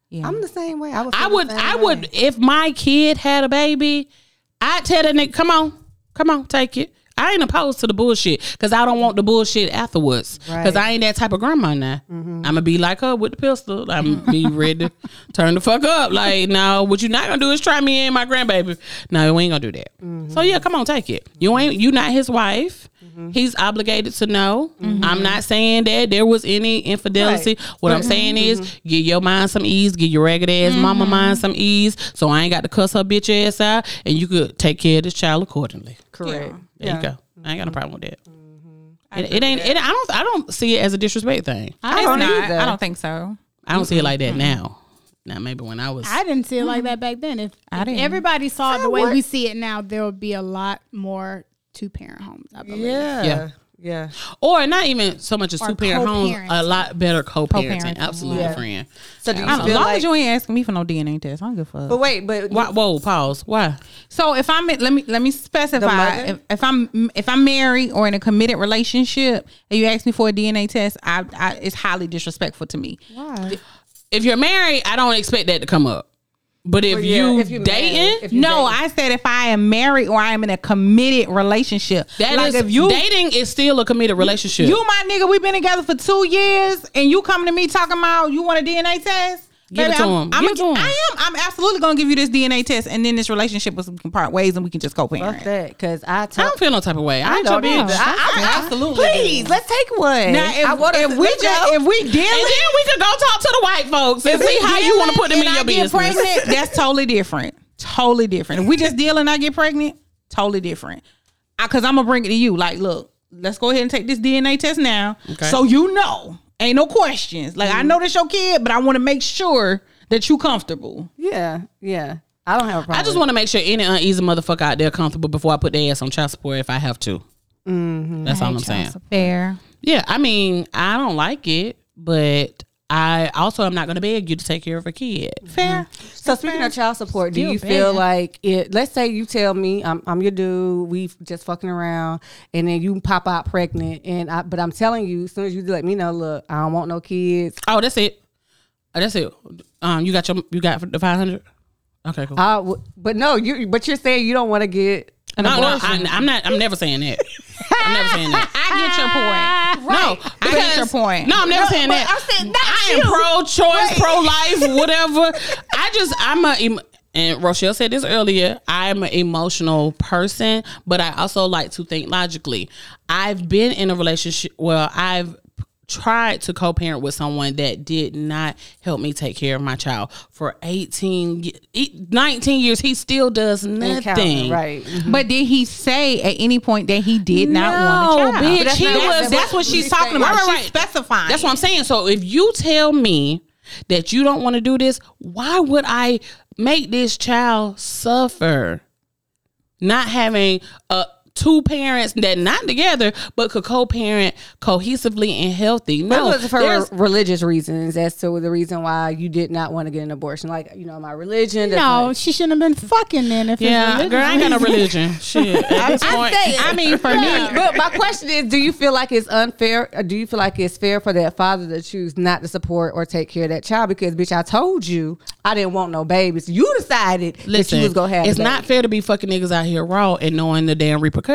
S4: Yeah.
S3: I'm the same way. I would.
S1: I
S3: feel the
S1: would,
S3: same
S1: I
S3: way.
S1: would, if my kid had a baby, I'd tell that nigga, come on, come on, take it. I ain't opposed to the bullshit because I don't want the bullshit afterwards. Because I ain't that type of grandma now.
S3: Mm-hmm.
S1: I'm gonna be like her with the pistol. I'm be ready to turn the fuck up. Like, no, what you not gonna do is try me and my grandbaby. No, we ain't gonna do that.
S3: Mm-hmm.
S1: So yeah, come on, take it. You ain't you not his wife. Mm-hmm. He's obligated to know. Mm-hmm. I'm not saying that there was any infidelity. What I'm saying is, give your mind some ease, give your ragged ass mama mind some ease, so I ain't got to cuss her bitch ass out, and you could take care of this child accordingly.
S3: Correct.
S1: There you go. I ain't got no problem with that. It, it ain't. It, I don't. I don't see it as a disrespect thing. I,
S4: I
S3: don't
S4: don't,
S3: either.
S4: I don't think so.
S1: don't see it like that now. Now maybe when I was,
S5: I didn't see it like that back then. If, if
S4: didn't.
S5: everybody saw it the way we see it now, there would be a lot more two parent homes. I believe.
S3: Yeah.
S1: Yeah.
S3: Yeah.
S1: or not even so much as two parent homes, a
S5: co-parenting.
S1: lot better co-parenting.
S4: Co-parenting.
S1: Absolutely,
S3: Yeah.
S1: friend.
S3: So do you
S4: I don't- As
S3: feel
S4: long
S3: like?
S4: as you ain't asking me for no DNA test, I don't give a fuck.
S3: but wait, but
S1: Why, whoa, pause. Why?
S4: So if I'm let me let me specify
S3: mother?
S4: if, if I'm if I'm married or in a committed relationship and you ask me for a DNA test, I, I it's highly disrespectful to me.
S5: Why?
S1: if you're married, I don't expect that to come up. But if,
S3: Well, yeah,
S1: you
S3: if you
S1: dating,
S3: married, if you-
S4: No,
S3: dating.
S4: I said if I am married or I am in a committed relationship.
S1: that
S4: like
S1: is-
S4: if you
S1: dating is still a committed relationship.
S4: you my nigga, we've been together for two years and you coming to me talking about you want a DNA test.
S1: Give it to
S4: I'm,
S1: him.
S4: I'm
S1: Give
S4: a-
S1: it to him.
S4: I am. I'm absolutely gonna give you this DNA test, and then this relationship was we can part ways, and we can just
S3: fuck
S4: co-parent.
S3: that because I
S1: I
S3: talk.
S1: don't feel no type of way. I,
S3: I
S1: ain't your
S3: don't
S1: bitch.
S3: either. I, I, absolutely. Please, let's take one.
S4: Now, if,
S3: I want us
S4: if
S3: to-
S4: we
S3: let's
S4: just
S3: go.
S4: if we dealing,
S1: And then we could go talk to the white folks and
S4: If
S1: see
S4: we
S1: how you want to
S4: dealing
S1: put them
S4: and
S1: in
S4: I
S1: your
S4: get
S1: business.
S4: Pregnant, that's totally different. Totally different. If we just deal and I get pregnant, totally different. I, Cause I'm gonna bring it to you. Like, look, let's go ahead and take this DNA test now,
S1: Okay. Mm-hmm.
S4: so you know, ain't no questions. Like, I know that's your kid, but I want to make sure that you comfortable.
S3: yeah, yeah. I don't have a problem.
S1: I just want to make sure any uneasy motherfucker out there comfortable before I put their ass on child support if I have to.
S3: Mm-hmm.
S1: That's all I'm saying.
S4: Fair.
S1: Yeah, I mean, I don't like it, but I also am not going to beg you to take care of a kid.
S4: Fair.
S1: Mm-hmm.
S3: So speaking of child support, do
S5: Still
S3: you feel
S5: bad.
S3: like it? Let's say you tell me I'm, I'm your dude, we just fucking around, and then you pop out pregnant, and I, but I'm telling you, as soon as you let me know, look, I don't want no kids.
S1: Oh, that's it. Oh, That's it. Um, you got your you got the five hundred. Okay, cool.
S3: I w- but no, you but you're saying you don't want to get an
S1: no, no,
S3: abortion.
S1: I, I'm not. I'm never saying that. I'm never saying that.
S4: I get your point.
S1: No,
S4: I
S1: because-
S4: get your point.
S1: No, I'm never saying that. I am pro-choice, pro-life, whatever. I just I'm a em- and Rochelle said this earlier. I'm an emotional person, but I also like to think logically. I've been in a relationship. Well, I've tried to co-parent with someone that did not help me take care of my child for 18 ye- e- 19 years he still does
S3: Ain't
S1: nothing
S3: counting, right?
S4: But did he say at any point that he did not
S1: No,
S4: want a child?
S1: bitch,
S4: But that's
S1: he
S4: not-
S1: was-
S4: That's what she's talking
S1: Right,
S4: about.
S1: right,
S4: She's
S1: right.
S4: specifying.
S1: That's what I'm saying. So if you tell me that you don't want to do this, why would I make this child suffer? Not having uh, two parents that not together but could co-parent cohesively and healthy.
S3: That
S1: No,
S3: was for
S1: there's-
S3: religious reasons as to the reason why you did not want to get an abortion. Like, you know, my religion. that's
S5: No,
S3: my-
S5: she shouldn't have been fucking then. If
S1: yeah,
S5: it's
S1: girl, I ain't got no religion. Shit, at this point,
S3: saying.
S1: I mean, for me,
S3: but my question is do you feel like it's unfair or do you feel like it's fair for that father to choose not to support or take care of that child because bitch i told you i didn't want no babies you decided that
S1: listen,
S3: you was gonna have
S1: it's
S3: the
S1: not
S3: baby.
S1: fair to be fucking niggas out here raw and knowing the damn repercussions.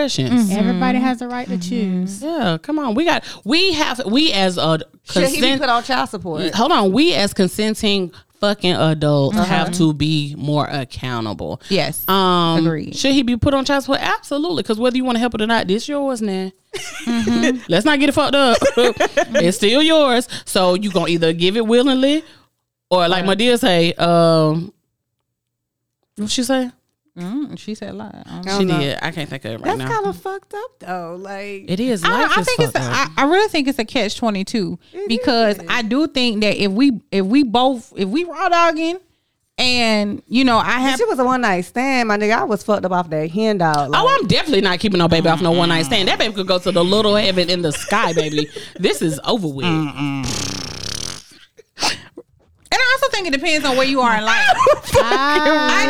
S5: Everybody
S4: Mm-hmm.
S5: has a right to choose.
S1: Mm-hmm. Yeah, come on. We got we have we as a
S3: should he be
S1: consent.
S3: put on child support
S1: Hold on, we as consenting fucking adults have to be more accountable.
S4: Uh-huh. Yes.
S1: Um,
S4: Agreed.
S1: Should he be put on child support? Absolutely, because whether you want to help it or not, this yours now.
S4: Mm-hmm.
S1: Let's not get it fucked up. it's still yours, so you gonna either give it willingly, or like my dear say, um, what she say?
S4: Mm, she said a lot. I don't know.
S1: She did. I can't think of it right
S3: that's
S1: now.
S3: kind of fucked up though like
S1: it is.
S4: I,
S1: Life
S4: I
S1: is
S4: think it's a,
S1: fucked up.
S4: I, I really think it's a catch twenty two because I do think that if we if we both if we raw dogging and you know I have
S3: she was a one night stand my nigga i was fucked up off that hen dog like,
S1: Oh, I'm definitely not keeping no baby off no one night stand. That baby could go to the little heaven in the sky, baby. This is over with.
S4: and I also think it depends on where you are in life. I,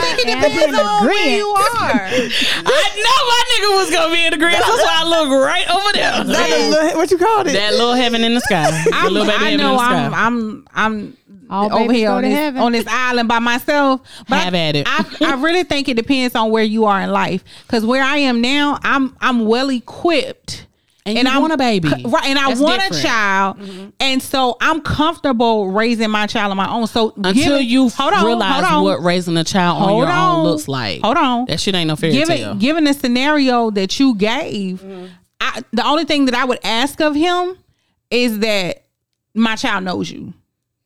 S4: I think it
S5: am
S4: depends
S5: in
S4: on where you
S1: I know my nigga was gonna be in the green. That's why I look right over there. That,
S3: what you called it
S1: little heaven in the sky. The little
S4: are.
S1: baby
S4: I
S1: heaven
S4: know
S1: in the sky.
S4: I'm I'm I'm
S5: All
S4: over
S5: babies
S4: here
S5: go
S4: on
S5: to
S4: this,
S5: heaven.
S4: on this island by myself. But
S1: Have
S4: I,
S1: at it.
S4: I, I really think it depends on where you are in life. Because where I am now, I'm I'm well equipped.
S1: And you want a baby.
S4: right? And I
S1: That's
S4: want a
S1: different. Mm-hmm.
S4: child, and so I'm comfortable raising my child on my own. So
S1: Until
S4: giving-
S1: you
S4: hold on,
S1: realize
S4: hold on.
S1: what raising a child on
S4: Hold
S1: your
S4: on.
S1: own looks like.
S4: Hold on.
S1: That shit ain't no fairy tale.
S4: given given the scenario that you gave,
S1: Mm-hmm.
S4: I, the only thing that I would ask of him is that my child knows you.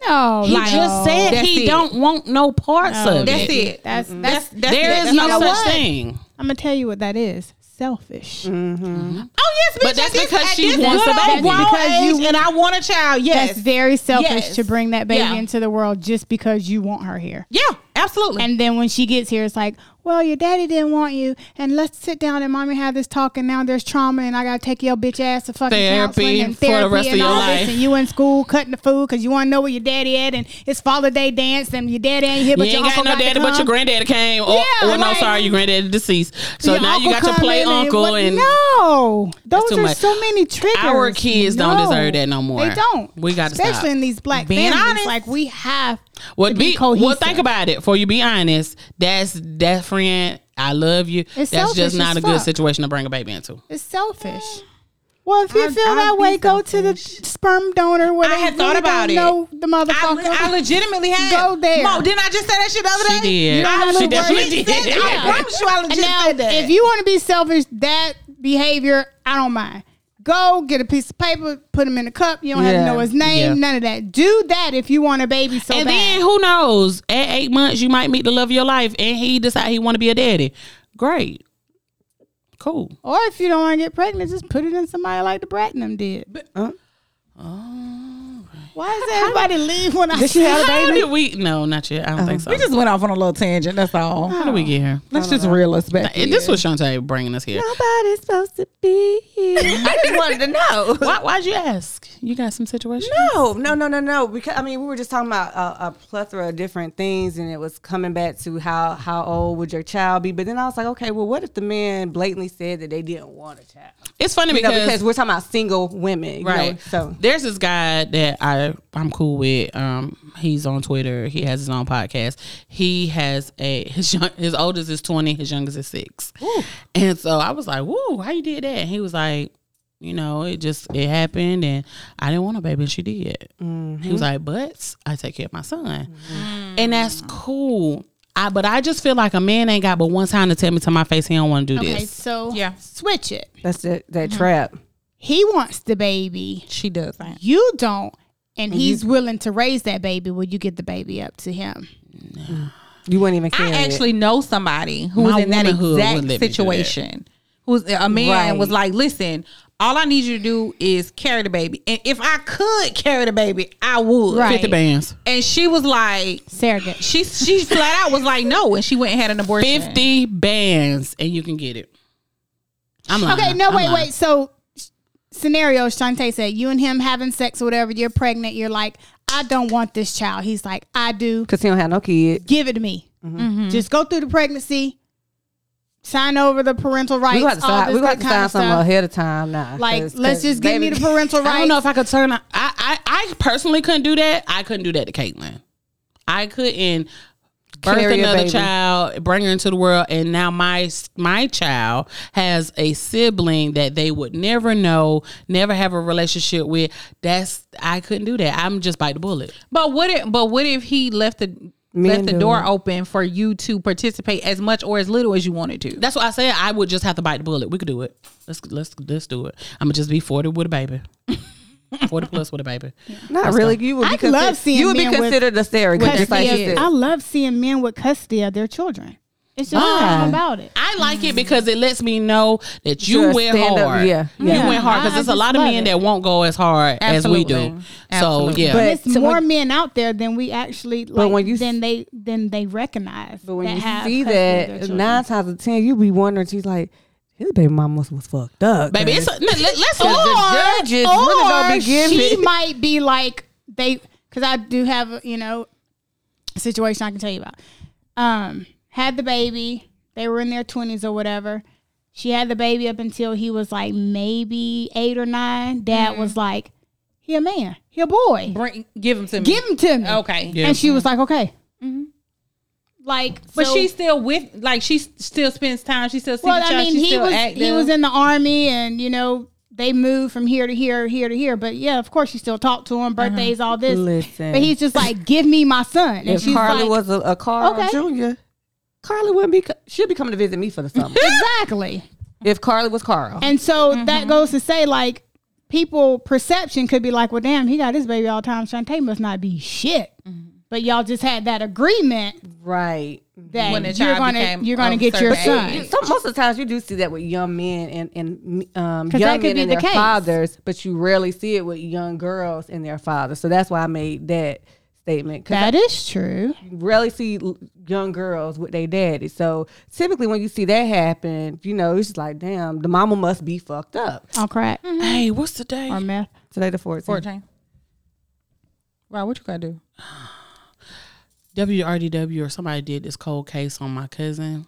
S5: No,
S1: he
S5: like,
S1: just said
S4: That's
S1: he
S4: it.
S1: don't want no parts of it.
S4: That's it.
S5: That's
S4: That's,
S5: that's.
S4: that's
S1: There
S4: it.
S1: is
S4: That's
S1: no
S4: all I
S1: such
S4: want.
S1: thing.
S5: I'm gonna tell you what that is. Selfish.
S4: Oh yes, bitch,
S1: But that's
S4: at this-
S1: because
S4: at
S1: she
S4: this
S1: wants a
S4: good old
S1: baby.
S4: grown
S5: Because you-
S4: age and I want a child. Yes,
S5: That's very selfish
S4: Yes.
S5: to bring that baby
S4: Yeah.
S5: into the world just because you want her here.
S4: yeah, absolutely.
S5: And then when she gets here, it's like, well, your daddy didn't want you, and let's sit down and mommy have this talk, and now there's trauma, and I gotta take your bitch ass to fucking
S1: Therapy
S5: counseling and
S1: for the
S5: therapy
S1: rest of
S5: and
S1: your
S5: all
S1: life.
S5: this, and you in school cutting the food because you want to know where your daddy at, and it's Father Day dance, and your daddy ain't here, but
S1: you
S5: your
S1: ain't got
S5: uncle
S1: no
S5: got to
S1: daddy, but your
S5: come.
S1: granddaddy came. Or,
S5: Yeah,
S1: or no,
S5: like-
S1: sorry, your granddaddy deceased. So
S5: Your
S1: now you got to
S5: come
S1: play
S5: in and
S1: uncle
S5: what-
S1: and.
S5: no, those
S1: too
S5: are
S1: much.
S5: so many triggers.
S1: Our kids don't
S5: No,
S1: deserve that no more.
S5: They don't.
S1: We gotta
S5: especially
S1: stop.
S5: in these black
S1: Being
S5: families.
S1: honest.
S5: Like we have.
S1: Well,
S5: to
S1: be,
S5: be
S1: well,
S5: cohesive.
S1: think about it. For you, be honest. That's that friend. I love you.
S5: It's
S1: that's
S5: selfish
S1: just not
S5: as
S1: a good
S5: fuck.
S1: situation to bring a baby into.
S5: It's selfish. Well, if you
S4: I'd-
S5: feel
S4: I'd
S5: that
S4: be
S5: way, go to the
S4: selfish.
S5: sperm donor where
S4: I
S5: they
S4: had thought
S5: really
S4: about
S5: don't
S4: it.
S5: know the
S4: I,
S5: motherfucker.
S4: le- I legitimately had
S5: Go there.
S4: Mo, didn't I just say that shit the other
S1: She
S4: day?
S1: did.
S4: I
S1: She
S4: literally
S1: definitely
S4: said
S1: did.
S4: that. I promise you, I
S5: And
S4: legit
S5: now,
S4: said that.
S5: if you want to be selfish, that behavior, I don't mind. Go get a piece of paper, put him in a cup. You don't have
S3: Yeah.
S5: to know his name,
S1: Yeah.
S5: none of that. Do that if you want a baby so
S1: and
S5: bad.
S1: then who knows? At eight months, you might meet the love of your life, and he decide he want to be a daddy. Great, cool.
S5: or if you don't want to get pregnant, just put it in somebody like the Bratnam did.
S3: Huh?
S5: Why does everybody leave when I
S3: Did she have a
S1: How
S3: baby?
S1: did we? No, not yet. I don't think so.
S4: We just went off on a little tangent. That's all.
S1: How do we get here?
S4: Let's just reel us back.
S1: And This was Shantae bringing us here.
S3: nobody's supposed to be here i just wanted to know
S1: Why, why'd you ask? You got some situation?
S3: No, no, no, no, no. Because I mean, we were just talking about a, a plethora of different things, and it was coming back to how how old would your child be? But then I was like, okay, well, what if the man blatantly said that they didn't want a child?
S1: It's funny
S3: You know,
S1: because,
S3: because we're talking about single women, you know,
S1: right.
S3: so
S1: there's this guy that I I'm cool with. Um, he's on Twitter. He has his own podcast. He has a his young, his oldest is 20, his youngest is six. And so I was like, "Woo, how you did that?" And he was like, "You know, it just it happened, and I didn't want a baby, and she did."
S3: Mm-hmm.
S1: He was like, "But I take care of my son, and that's cool." I, but I just feel like a man ain't got but one time to tell me to my face he don't want to do
S5: Okay,
S1: this.
S5: so
S4: Yeah.
S5: switch it.
S3: that's that that
S5: Mm-hmm.
S3: trap.
S5: He wants the baby.
S4: She does. I am.
S5: You don't. And he's willing to raise that baby when you get the baby up to him.
S3: You wouldn't even care.
S4: I actually know somebody who
S1: My
S4: was in that
S1: womanhood would
S4: exact
S1: let me do that.
S4: situation. Who's a man
S3: Right.
S4: was like, listen, All I need you to do is carry the baby. And if I could carry the baby, I would.
S5: Right.
S1: 50 bands.
S4: And she was like,
S5: Surrogate.
S4: she she flat out was like, no. And she went and had an abortion.
S1: 50 bands and you can get it. I'm lying.
S5: Okay, no,
S1: I'm
S5: wait,
S1: lying.
S5: wait. So, s- scenario Shantae said, you and him having sex or whatever, you're pregnant, you're like, I don't want this child. He's like, I do.
S3: Cause he don't have no kid.
S5: Give it to me.
S3: Mm-hmm.
S5: Just go through the pregnancy, sign over the parental rights.
S3: We got to
S5: all
S3: sign.
S5: this
S3: We
S5: good
S3: got to
S5: kind
S3: sign
S5: of
S3: something
S5: stuff.
S3: ahead of time now.
S5: Like,
S3: 'cause-
S5: let's
S3: 'cause
S5: just give me
S3: baby-
S5: the parental rights.
S1: I don't know if I could turn. I, I I personally couldn't do that. I couldn't do that to Caitlyn. I couldn't birth
S3: Carry a
S1: another
S3: baby.
S1: child, bring her into the world, and now my my child has a sibling that they would never know, never have a relationship with. That's I couldn't do that. I'm just bite the bullet.
S4: But what if but what if he left the left
S3: and
S4: the
S3: do
S4: door
S3: it.
S4: open for you to participate as much or as little as you wanted to?
S1: That's what I said. I would just have to bite the bullet. We could do it. Let's let's let's do it. I'm gonna just be forty with a baby. Forty plus with a baby.
S3: Not really. You would.
S5: I
S3: Be considered,
S5: love seeing
S3: You would be
S5: men with-
S3: considered a surrogate, just like she
S5: Custody.
S3: said.
S5: I love seeing men with custody of their children. It's just
S3: Ah.
S5: something about it.
S1: I like it because it lets me know that you
S3: You're a
S1: went
S3: stand-up,
S1: hard.
S3: yeah, yeah.
S1: You went hard
S5: I-
S1: because there's
S5: I
S1: a lot of
S5: just love
S1: men
S5: it.
S1: that won't go as hard as we do.
S4: Absolutely. Absolutely.
S1: So yeah,
S3: But-
S5: It's
S3: to-
S5: more men out there than we actually like,
S3: when you-
S5: than they than they recognize.
S3: But when
S5: that
S3: you
S5: have custody
S3: see
S5: of their
S3: that
S5: children.
S3: nine times of ten, you be wondering. She's like, his baby mama was, was fucked up.
S1: baby, it's a,
S3: girl.
S1: no, let, us
S3: Or-
S1: or,
S3: judges really don't be
S5: or
S3: giving
S5: she
S3: it.
S5: might be like they because I do have you know a situation I can tell you about. Um, had the baby, they were in their twenties or whatever. She had the baby up until he was like maybe eight or nine. Dad
S4: Mm-hmm.
S5: was like, "He a man, he a boy,
S4: Bring give him to me.
S5: give him to me."
S4: okay. Mm-hmm.
S1: Yeah.
S5: and she was like, "Okay." Like,
S4: But
S5: so-
S4: she's still with like she s- still spends time. She still sees
S5: well,
S4: the child.
S5: I mean,
S4: she's
S5: he
S4: still
S5: was
S4: active.
S5: he was in the army, and you know they moved from here to here, here to here. But yeah, of course, she still talked to him, birthdays,
S4: Uh-huh.
S5: all this.
S3: Listen.
S5: But he's just like, give me my son, and
S3: If
S5: she's
S3: Carly
S5: like,
S3: was a, a Carl
S5: Okay.
S3: Junior, Carly wouldn't be. co- She'd be coming to visit me for the summer.
S5: exactly.
S3: if Carly was Carl,
S5: And so
S4: Mm-hmm.
S5: that goes to say, like, people perception could be like, well, damn, he got his baby all the time. Shantae must not be shit.
S4: Mm-hmm.
S5: But y'all just had that agreement
S3: right?
S5: that
S4: When the
S5: you're
S4: child
S5: gonna
S4: became
S5: you're gonna
S4: of
S5: get your
S4: certain
S5: son.
S4: age.
S3: So most of the times you do see that with young men and and um,
S5: 'Cause
S3: young
S5: that could
S3: men and
S5: be
S3: their
S5: the case.
S3: fathers, but you rarely see it with young girls and their fathers. So that's why I made that statement. 'Cause
S5: That is true.
S3: rarely see l- young girls with their daddy. So typically, when you see that happen, you know it's just like, damn, the mama must be fucked up.
S5: On crack
S4: Mm-hmm.
S1: hey, what's the day?
S5: or meth.
S3: Today the fourteenth.
S4: fourteen. Wow, what you gotta do?
S1: WRDW or somebody did this cold case on my cousin, and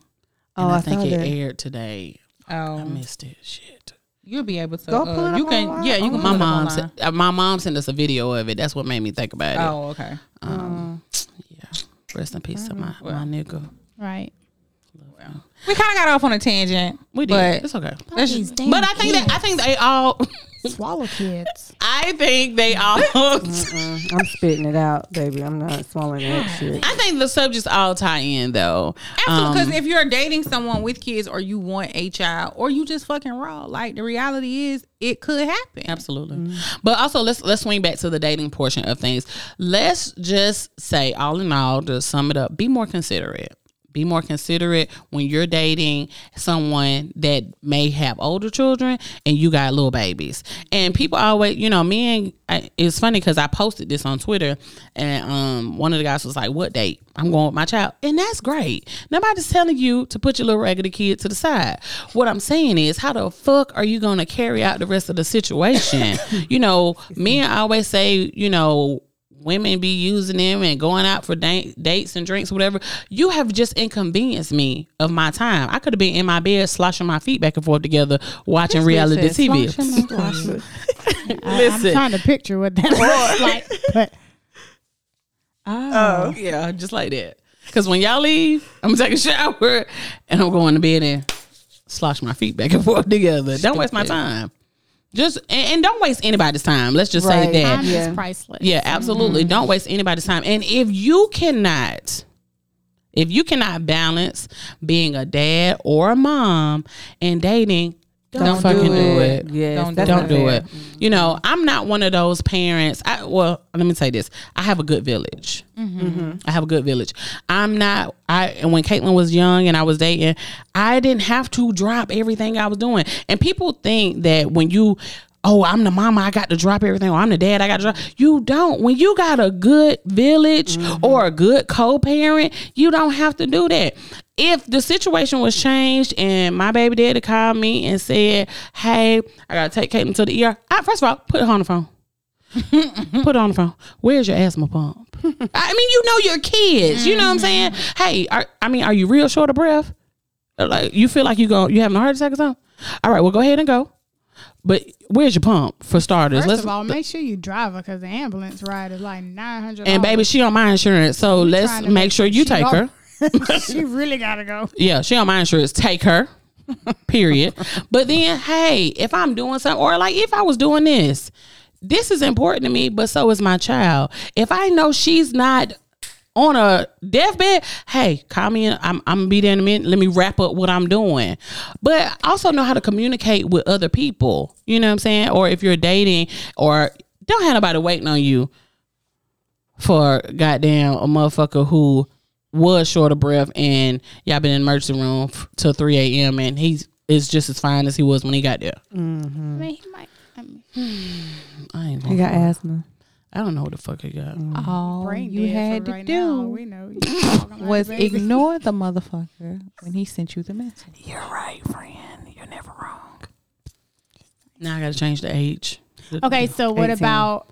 S3: Oh,
S1: I,
S3: I
S1: think
S3: saw
S1: it
S3: that.
S1: aired today. I
S4: Oh,
S1: missed it. Shit.
S4: you'll be able to.
S3: Go
S4: uh,
S3: pull it
S4: you
S3: up
S4: can.
S3: online.
S4: Yeah, you can.
S1: My
S4: pull it up
S1: mom,
S4: online.
S1: sent, uh, my mom sent us a video of it. That's what made me think about it.
S4: Oh, okay.
S1: Um, yeah. Rest in peace to my, my nigga.
S5: Right.
S4: We kind of got off on a tangent.
S1: We did.
S4: But
S1: it's okay.
S4: That's
S5: These damn
S1: But I think that I think they all.
S5: swallow kids.
S1: I think they all.
S3: I'm spitting it out, baby. I'm not swallowing that shit.
S1: I think the subjects all tie in though.
S4: Absolutely, because
S1: Um,
S4: if you're dating someone with kids, or you want a child, or you just fucking raw, like the reality is, it could happen.
S1: absolutely. But also let's let's swing back to the dating portion of things. Let's just say all in all to sum it up, be more considerate. Be more considerate when you're dating someone that may have older children and you got little babies. And people always, you know, me and I, it's funny because I posted this on Twitter and um, one of the guys was like, "What date? I'm going with my child," and that's great. Nobody's telling you to put your little raggedy kid to the side. What I'm saying is, how the fuck are you going to carry out the rest of the situation? you know, men always say, you know, women be using them and going out for da- dates and drinks, whatever. You have just inconvenienced me of my time. I could have been in my bed sloshing my feet back and forth together, watching reality TV.
S5: I'm trying to picture what that looks like. But
S1: Oh yeah, just like that. Because when y'all leave, I'm gonna take a shower and I'm going to bed and slosh my feet back and forth together. Don't waste my time. Just and, and don't waste anybody's time. Mm-hmm. Let's just
S3: Right.
S1: say that.
S5: time
S3: Yeah.
S5: is priceless.
S1: Yeah, absolutely. Don't waste anybody's time. And if you cannot, if you cannot balance being a dad or a mom and dating, Don't, fucking do it.
S3: Yes,
S4: Don't
S3: that's
S4: do
S1: Don't
S3: not
S1: do
S3: fair.
S1: it. You know, I'm not one of those parents. I, well, let me say this: I have a good village. Mm-hmm. I have a good village. I'm not. I and when Caitlin was young and I was dating, I didn't have to drop everything I was doing. And people think that when you, oh, I'm the mama, I got to drop everything, or I'm the dad, I got to drop. You don't. When you got a good village
S5: Mm-hmm.
S1: or a good co-parent, you don't have to do that. If the situation was changed and my baby daddy called me and said, "Hey, I gotta take Caitlin to the ER," I, first of all, put her on the phone.
S5: Hmm.
S1: Put it on the phone. Where's your asthma pump? I mean, you know your kids. You know what I'm
S5: Mm-hmm.
S1: saying? Hey, are, I mean, are you real short of breath? Uh, Like you feel like you go, you having a heart attack or something? All right, well, go ahead and go. But where's your pump for starters?
S5: First of all, make sure you drive her because the ambulance ride is like nine hundred.
S1: and baby, she on my insurance, so let's make, sure you take her.
S5: she really gotta go.
S1: Yeah, she on my insurance. Take her. Period. but then, hey, if I'm doing something, or like if I was doing this, this is important to me, but so is my child. If I know she's not on a deathbed, hey, call me. In. I'm I'm gonna be there in a minute. Let me wrap up what I'm doing. But also know how to communicate with other people. You know what I'm saying? Or if you're dating, or don't have nobody waiting on you for goddamn a motherfucker who was short of breath and y'all been in the emergency room f- till 3 a.m. and he's is just as fine as he was when he got there.
S5: I mean, he might. I mean,
S1: I ain't gonna,
S3: You got asthma.
S1: I don't know what the fuck he got.
S4: Mm. All
S5: brain
S4: you
S5: dead for
S4: had to
S5: right now.
S4: do
S5: We know you talking like
S4: was
S5: a baby.
S4: ignore the motherfucker when he sent you the message.
S1: You're right, friend. You're never wrong. Now I gotta change the age.
S5: Okay, so what
S3: 18.
S5: about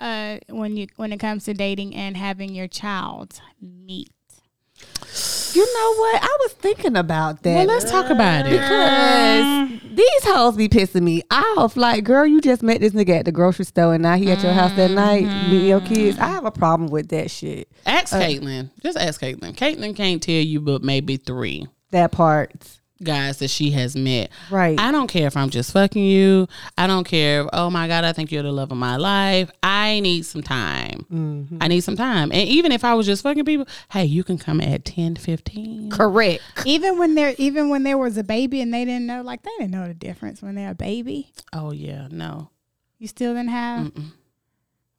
S5: uh when you when it comes to dating and having your child meet?
S3: You know what? I was thinking about that.
S1: Well, let's talk about it.
S3: because these hoes be pissing me off. Like, girl, you just met this nigga at the grocery store and now he at your house that night meeting your kids. I have a problem with that shit.
S1: Ask Caitlin. Just ask Caitlin. Caitlin can't tell you, but maybe three
S3: That part.
S1: guys that she has met.
S3: Right.
S1: I don't care if I'm just fucking you. I don't care if, oh my God, I think you're the love of my life. I need some time.
S5: Mm-hmm.
S1: I need some time. And even if I was just fucking people, hey, you can come at 10, 15.
S3: Correct.
S5: Even when there even when there was a baby and they didn't know like they didn't know the difference when they're a baby.
S1: Oh, yeah, no.
S5: You still didn't have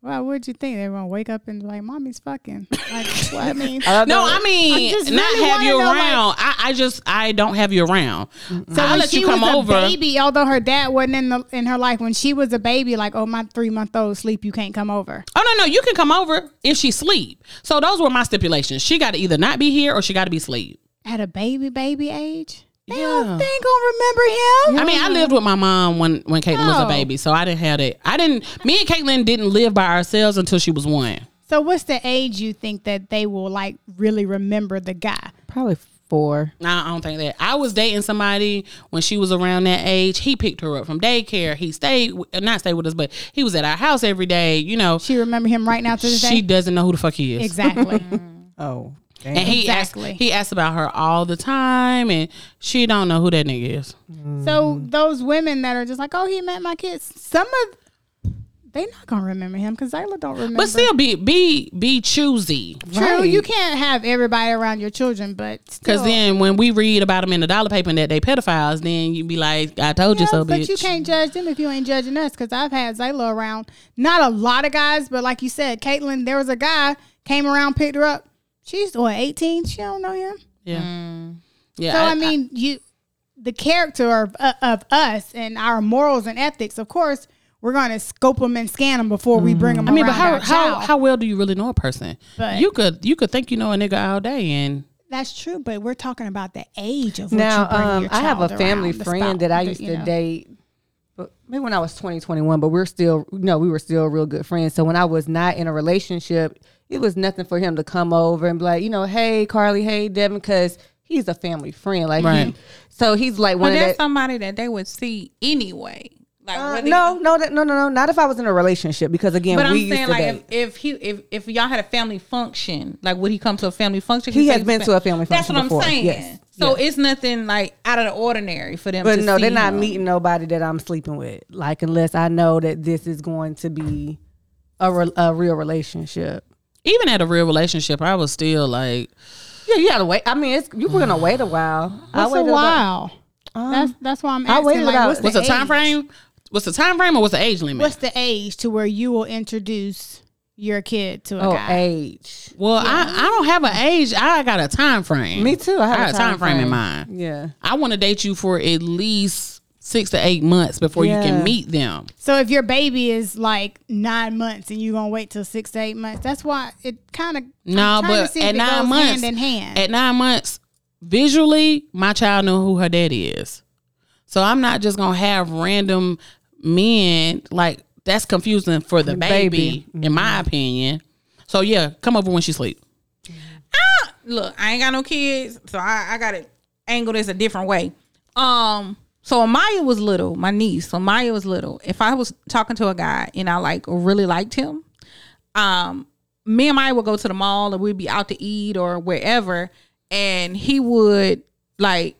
S5: Well, what'd you think? They were gonna wake up and be like, Mommy's fucking. Like what I mean
S1: No, I mean,
S5: I just
S1: not
S5: really
S1: have you
S5: wanna know,
S1: around. I, I just, I don't have you around.
S5: So
S1: I'll
S5: when
S1: let
S5: she
S1: you come
S5: was
S1: over.
S5: a baby, although her dad wasn't in the in her life when she was a baby, like, oh my three month old sleep, you can't come over.
S1: Oh no, no, you can come over if she sleep. So those were my stipulations. She got to either not be here or she got to be sleep.
S5: At a baby baby age, they
S1: Yeah.
S5: don't they ain't gonna remember him.
S1: I mean, I lived with my mom when when Caitlin was a
S5: Oh.
S1: baby, so I didn't have that. I didn't. Me and Caitlin didn't live by ourselves until she was one.
S5: So what's the age you think that they will like really remember the guy?
S3: Probably four.
S1: Nah, I don't think that. I was dating somebody when she was around that age. He picked her up from daycare. He stayed, w- not stayed with us, but he was at our house every day. You know,
S5: She remember him right now to this
S1: she
S5: day?
S1: doesn't know who the fuck he is.
S5: Exactly.
S3: Oh.
S1: And he
S5: Exactly.
S1: asked, he asked about her all the time, and she don't know who that nigga is.
S5: so
S1: Mm-hmm.
S5: those women that are just like, oh, he met my kids. Some of they not gonna remember him because Zayla don't remember.
S1: But still, be be be choosy.
S5: true,
S3: Right.
S5: you can't have everybody around your children, but still,
S1: Because then when we read about them in the dollar paper and that they pedophiles, then you be like, I told you
S5: Yeah,
S1: so,
S5: but
S1: bitch.
S5: you can't judge them if you ain't judging us. Because I've had Zayla around, not a lot of guys, but like you said, Caitlin, there was a guy came around, picked her up. She's what eighteen. She don't know him.
S1: Yeah. Yeah.
S5: So I, mean, you the character of uh, of us and our morals and ethics. Of course, we're gonna scope them and scan them before we bring them.
S1: Mm-hmm. I mean, but how
S5: our
S1: how,
S5: child.
S1: how well do you really know a person?
S5: But-
S1: you could you could think you know a nigga all day and
S5: that's true. But we're talking about the age of
S3: Now,
S5: What you bring
S3: um,
S5: your
S3: I have a
S5: child
S3: family
S5: around, the
S3: friend
S5: spouse,
S3: that I
S5: the-
S3: used
S5: you
S3: to
S5: know.
S3: date, but maybe when I was 20, 21, but we're still, no, we were still real good friends. So when I was not in a relationship, it was nothing for him to come over and be like, you know, hey, Carly, hey, Devin, because he's a family friend. Like, he-
S1: Right.
S3: so he's like one
S4: But
S3: of
S4: that's
S3: that.
S4: somebody that they would see anyway. Like
S3: Uh,
S4: whether
S3: no, no, that, no, no, no. Not if I was in a relationship, because again,
S4: But
S3: we
S4: I'm
S3: used
S4: saying
S3: to
S4: like
S3: date.
S4: if, if he if, if y'all had a family function, like would he come to a family function? 'Cause
S3: He
S4: you
S3: has
S4: said
S3: been
S4: he's
S3: to a family
S4: That's
S3: function
S4: what I'm
S3: before,
S4: saying.
S3: yes.
S4: So it's nothing like out of the ordinary for them.
S3: But
S4: to
S3: no, they're
S4: see
S3: not
S4: him.
S3: meeting nobody that I'm sleeping with. Like unless I know that this is going to be a, re- a real relationship.
S1: even at a real relationship, I was still like,
S3: Yeah, you gotta wait. I mean, it's you were gonna wait a while. I
S5: What's a
S3: waited about-
S5: while? that's that's why I'm
S3: I
S5: asking.
S3: waited
S5: like,
S3: about-
S5: what's,
S1: What's
S5: the
S1: the time
S5: age?
S1: frame? What's the time frame or what's the age limit?
S5: What's the age to where you will introduce your kid to a
S3: Oh,
S5: guy?
S3: age.
S1: well, I, I don't have an age. I got a time frame.
S3: Me too. I have a time,
S1: frame in mind.
S3: Yeah.
S1: I want to date you for at least six to eight months before you
S3: Yeah.
S1: can meet them.
S5: So if your baby is like nine months and you're gonna wait till six to eight months, that's why it kind of
S1: No, but at nine months,
S5: hand in hand.
S1: at nine months, visually, my child know who her daddy is. So I'm not just gonna have random men like that's confusing for the baby, in my
S5: Mm-hmm.
S1: opinion. So yeah, come over when she sleep.
S4: look, I ain't got no kids, so I, I got it angled as a different way. Um, so when Maya was little, my niece, when Maya was little, if I was talking to a guy and I like really liked him, um, me and Maya would go to the mall or we'd be out to eat or wherever, and he would like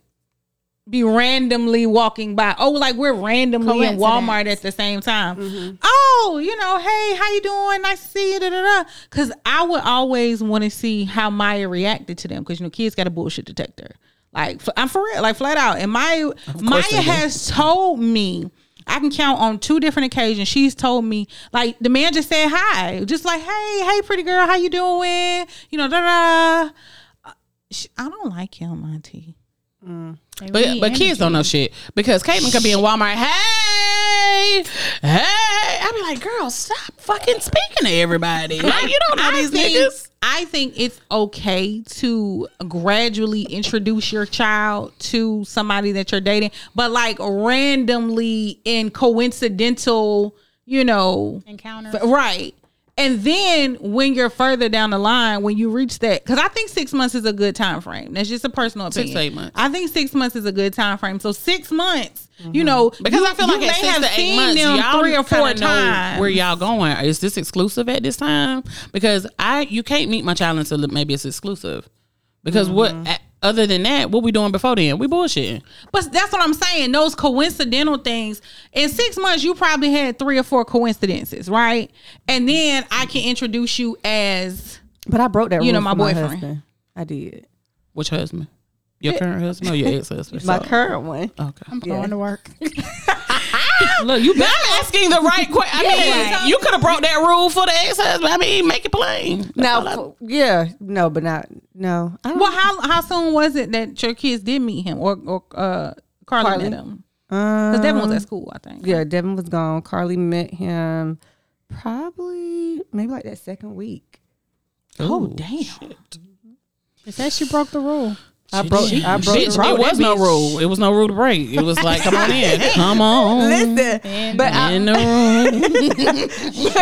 S4: be randomly walking by. Oh, like we're randomly in
S5: Coincidence.
S4: Walmart at the same time.
S1: Mm-hmm.
S4: Oh, you know, hey, how you doing? Nice to see you. Da, da, da. Cause I would always want to see how Maya reacted to them. Cause you know, kids got a bullshit detector. Like f- I'm for real, like flat out. And Maya, Maya
S1: they do.
S4: has told me. I can count on two different occasions. She's told me, like the man just said hi, just like, "Hey, hey, pretty girl, how you doing?" You know, da da. Uh, she- I don't like him, Auntie.
S1: But but kids don't know shit because Caitlin could be in Walmart. Hey, hey, I'd be like, girl, stop fucking speaking to everybody. Like you don't know
S4: I
S1: these
S4: think,
S1: niggas.
S4: I think it's okay to gradually introduce your child to somebody that you're dating, but like randomly in coincidental, you know,
S5: encounter.
S4: f- right. And then when you're further down the line, when you reach that, because I think six months is a good time frame. That's just a personal
S1: Six
S4: opinion.
S1: to eight months.
S4: I think six months is a good time frame. So six months, you know,
S1: Mm-hmm. Because
S4: you-
S1: I feel
S4: you
S1: like at
S4: may
S1: six
S4: have
S1: to eight
S4: seen
S1: months,
S4: them
S1: y'all
S4: three or four
S1: kinda know
S4: times.
S1: where y'all going. Is this exclusive at this time? Because I, you can't meet my child until maybe it's exclusive. Because
S4: Mm-hmm.
S1: what, other than that, what we doing before then? We bullshitting.
S4: But that's what I'm saying. Those coincidental things. In six months, you probably had three or four coincidences, right? And then I can introduce you as
S3: But I broke that.
S4: You know,
S3: rule
S4: my
S3: for
S4: boyfriend.
S3: husband. I did.
S1: Which husband? Your current husband or your ex husband?
S3: My current one.
S1: Okay.
S5: I'm going to work.
S1: Look, you been asking the right question. I mean,
S4: Yeah.
S1: you could have broke that rule for the ex husband. I mean, make it plain.
S3: No, f- yeah, no, but not no. I don't.
S4: well. How how soon was it that your kids did meet him or or uh, Carly,
S3: Carly.
S4: met him?
S3: um,
S4: Because Devin was at school, I think.
S3: yeah, Devin was gone. Carly met him probably maybe like that second week.
S4: Oh damn!
S5: It says she broke the rule.
S3: I broke. I broke.
S1: Bitch, it
S3: broke
S1: was no rule. It was no rule to break. It was like, come on in, come on.
S3: Listen, but I,
S1: in the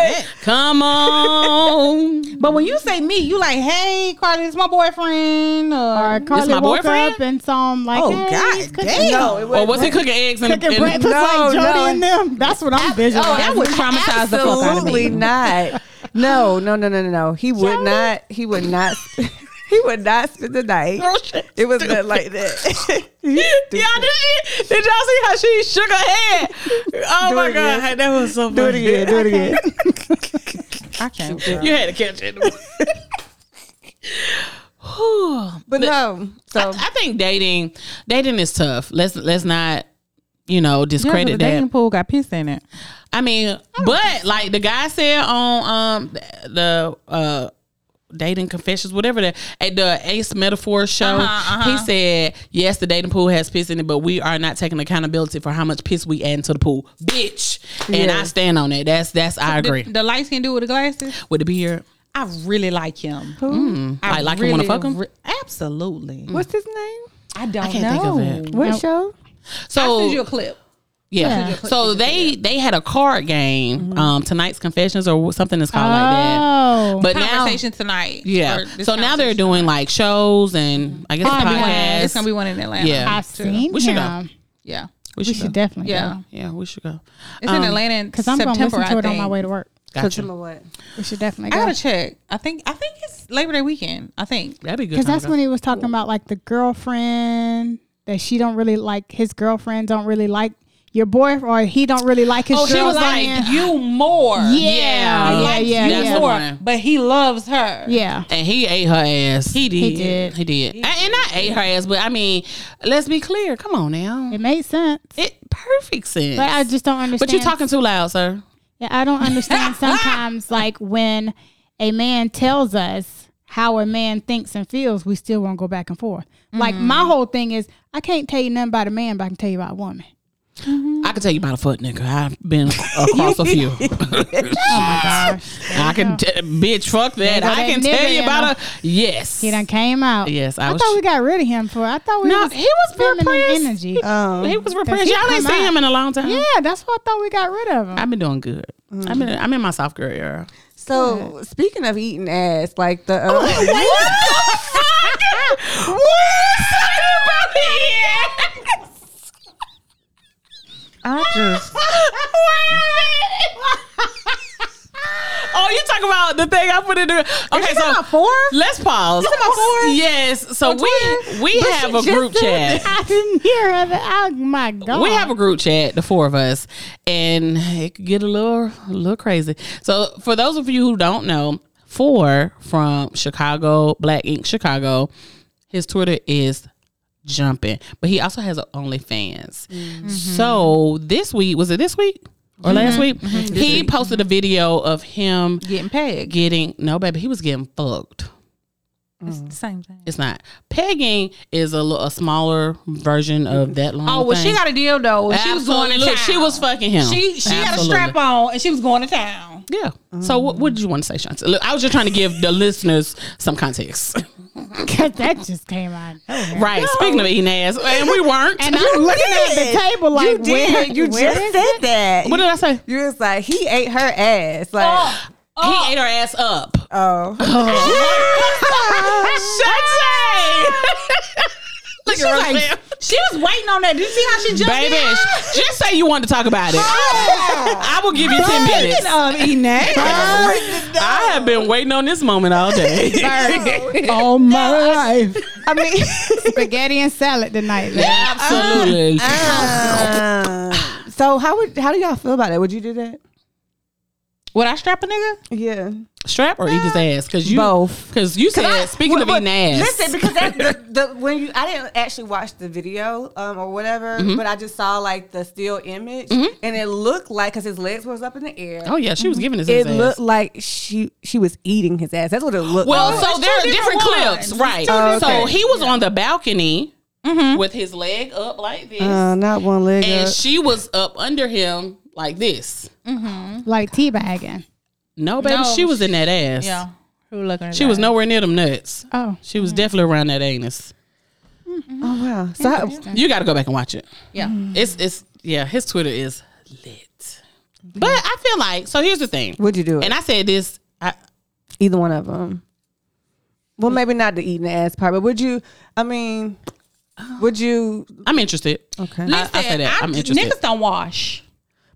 S1: room. Come on.
S4: But when you say me, you like, hey, Carly, it's my boyfriend. uh,
S5: Or
S4: Or,
S5: Carly
S1: my
S5: woke
S1: boyfriend?
S5: up and saw him like,
S4: Oh,
S5: hey,
S4: God
S5: he's cooking-
S4: damn.
S3: no, it
S1: Or
S3: was
S1: was he cooking eggs in
S5: Cooking
S1: in-
S5: breakfast
S3: No,
S5: like Jody
S3: no. oh,
S5: and them. That's what I'm visualizing.
S4: that would traumatize the fuck out of me.
S3: absolutely not. No, no, no, no, no, no. He would not. He would not. He would not spend the night. It was not like that.
S1: Y'all did, she, did y'all see how she shook her head? Oh
S3: Do
S1: my
S3: it
S1: god,
S3: again.
S1: that was so
S3: do it
S1: funny.
S3: again. Do it again.
S4: I can't.
S1: You had to catch it. Whew.
S3: But uh-uh. no. So
S1: I think dating dating is tough. Let's let's not you know discredit
S4: the
S1: that.
S4: dating pool got pissed in it.
S1: I mean, but like the guy said on um the uh dating confessions, whatever that at the Ace Metaphor show,
S4: Uh-huh,
S1: he said, "Yes, the dating pool has piss in it, but we are not taking accountability for how much piss we add into the pool, bitch." And I stand on that. That's that's I agree
S4: The, the light skinned dude with the glasses.
S1: with the beard.
S4: I really like him. Mm.
S1: I like him. Want to fuck him?
S4: absolutely.
S3: what's his name?
S4: I don't
S1: can't think of it.
S3: What show?
S1: So
S4: Send you a clip.
S1: Yeah. So they they had a card game,
S4: Mm-hmm.
S1: um, tonight's confessions or something is called
S5: Oh.
S1: like that. But now,
S4: Conversation tonight.
S1: yeah.
S4: Or this
S1: So now they're
S4: conversation.
S1: doing like shows and I guess
S5: Podcast.
S1: podcasts.
S4: It's gonna be one in Atlanta.
S1: Yeah.
S5: I've seen
S1: We should
S5: him.
S1: go.
S4: yeah.
S1: we
S5: We
S1: should,
S5: should
S1: go.
S5: definitely
S4: Yeah.
S5: go.
S1: Yeah, we should go. Um,
S4: It's in Atlanta
S5: Because I'm going to
S4: September.
S5: listen to
S4: I
S5: it on my
S4: think.
S5: way to work.
S1: Gotcha.
S3: what?
S5: We should definitely
S4: I
S5: go.
S4: gotta check. I think I think it's Labor Day weekend. I think.
S1: That'd be good.
S5: Because
S1: time to
S5: that's
S1: go.
S5: when he was talking about like the girlfriend that she don't really like. His girlfriend don't really like your boy or he don't really like his
S4: Oh, she was like,
S5: girlfriend.
S4: you more.
S5: Yeah,
S1: Yeah.
S5: yeah,
S4: Like,
S5: yeah,
S4: you
S5: yeah.
S1: That's
S4: more.
S1: one.
S4: But he loves her.
S5: yeah.
S1: And he ate her ass. He did.
S5: He did.
S1: He did. And I ate her ass, but I mean, let's be clear. Come on now.
S5: It made sense,
S1: It perfect sense.
S5: but I just don't understand.
S1: But you talking too loud, sir.
S5: Yeah, I don't understand sometimes like when a man tells us how a man thinks and feels, we still won't go back and forth. Like
S1: Mm-hmm.
S5: my whole thing is I can't tell you nothing about a man, but I can tell you about a woman.
S1: I can tell you about a foot nigga. I've been across a few.
S5: Oh,
S1: I can, t- bitch, fuck that.
S5: go
S1: I
S5: that
S1: can
S5: nigga,
S1: tell you
S5: you
S1: about a yes.
S5: He done came out.
S1: Yes, I
S5: I,
S1: was-
S5: thought we got rid of him for. I thought we
S1: No,
S5: was
S1: he was Uh-huh.
S5: feminine
S1: repressed.
S5: energy.
S3: Um,
S1: he was repressed.
S5: 'Cause he
S1: Y'all ain't
S5: come
S1: seen
S5: out.
S1: him in a long time.
S5: yeah, that's why I thought we got rid of him.
S1: I've been doing good. I've been. I'm in my soft girl era.
S3: So speaking of eating ass, like the uh,
S1: what? What?
S3: I just
S1: Oh, you talking about the thing I put in the okay? So
S3: four.
S1: let's pause. Yes. So we we have a group chat.
S5: I didn't hear of it. Oh my god.
S1: We have a group chat, the four of us, and it could get a little, a little crazy. So, for those of you who don't know, four from Chicago, Black Ink Chicago, his Twitter is jumping, but he also has a OnlyFans.
S4: Mm-hmm.
S1: So this week was it this week or last week? He posted a video of him
S4: Mm-hmm. Getting pegged.
S1: getting no baby. He was getting fucked.
S4: It's the same thing.
S1: It's not pegging is a, li- a smaller version of that long.
S4: Oh, well, she
S1: thing.
S4: got a dildo and she was going to
S1: Absolutely.
S4: town.
S1: She was fucking him.
S4: She she had a
S1: Absolutely.
S4: strap on and she was going to town.
S1: Yeah. So what, what did you want to say, Shanta? Look, I was just trying to give the listeners some context.
S5: Cause that just came out. of nowhere.
S1: Right. Speaking of eating ass, and we weren't.
S5: And I'm looking
S3: did.
S5: at the table like
S3: you did.
S5: where,
S3: you
S5: where
S3: just
S5: is
S3: said that.
S1: what did I say?
S3: you was like he ate her ass. Like
S1: He ate her ass up.
S3: oh,
S1: Shante! Look
S4: She was,
S1: at Rochelle.
S4: like, she was waiting on that. Did you see how she jumped?
S1: Baby, sh- just say you wanted to talk about it.
S4: Oh.
S1: I will give you 10
S3: Oh,
S1: minutes.
S4: of
S3: um,
S4: eating that.
S1: I have been waiting on this moment all day.
S5: all my life.
S3: I mean,
S5: Spaghetti and salad tonight.
S1: Absolutely.
S3: Oh,
S4: Uh-huh.
S3: um, so how would how do y'all feel about that? Would you do that?
S4: Would I strap a nigga?
S3: Yeah,
S1: Strap or eat his ass? Because you
S3: Both.
S1: Because you said speaking
S3: Well,
S1: of eating
S3: well,
S1: ass.
S3: Listen, because that, the, the when you I didn't actually watch the video um, or whatever,
S1: Mm-hmm.
S3: but I just saw like the still image, and it looked like because his legs was up in the air.
S1: Oh yeah, she was giving his,
S3: It
S1: his ass.
S3: looked like she she was eating his ass. That's what Oh, it looked
S1: Well,
S3: like.
S1: so there are
S4: two
S1: different
S4: different
S1: clips,
S4: ones.
S1: right?
S3: Oh, okay.
S1: So he was on the balcony with his leg up like this,
S3: Mm-hmm. Uh, not one leg.
S1: and
S3: up.
S1: she was up under him like this.
S5: Like teabagging.
S1: No, baby,
S4: No,
S1: she was in that ass.
S4: Who looking at
S1: She was nowhere near them nuts.
S5: Oh.
S1: She was definitely around that anus.
S3: oh wow. So how,
S1: You got to go back and watch it.
S4: Yeah.
S1: It's it's yeah. His Twitter is lit, but I feel like so. Here's the thing,
S3: would you do it?
S1: and I said this. I,
S3: Either one of them. Well, maybe not the eating the ass part, but would you? I mean, would you?
S1: I'm interested.
S3: Okay.
S1: I, I say that. I'm, interested.
S4: Niggas don't wash.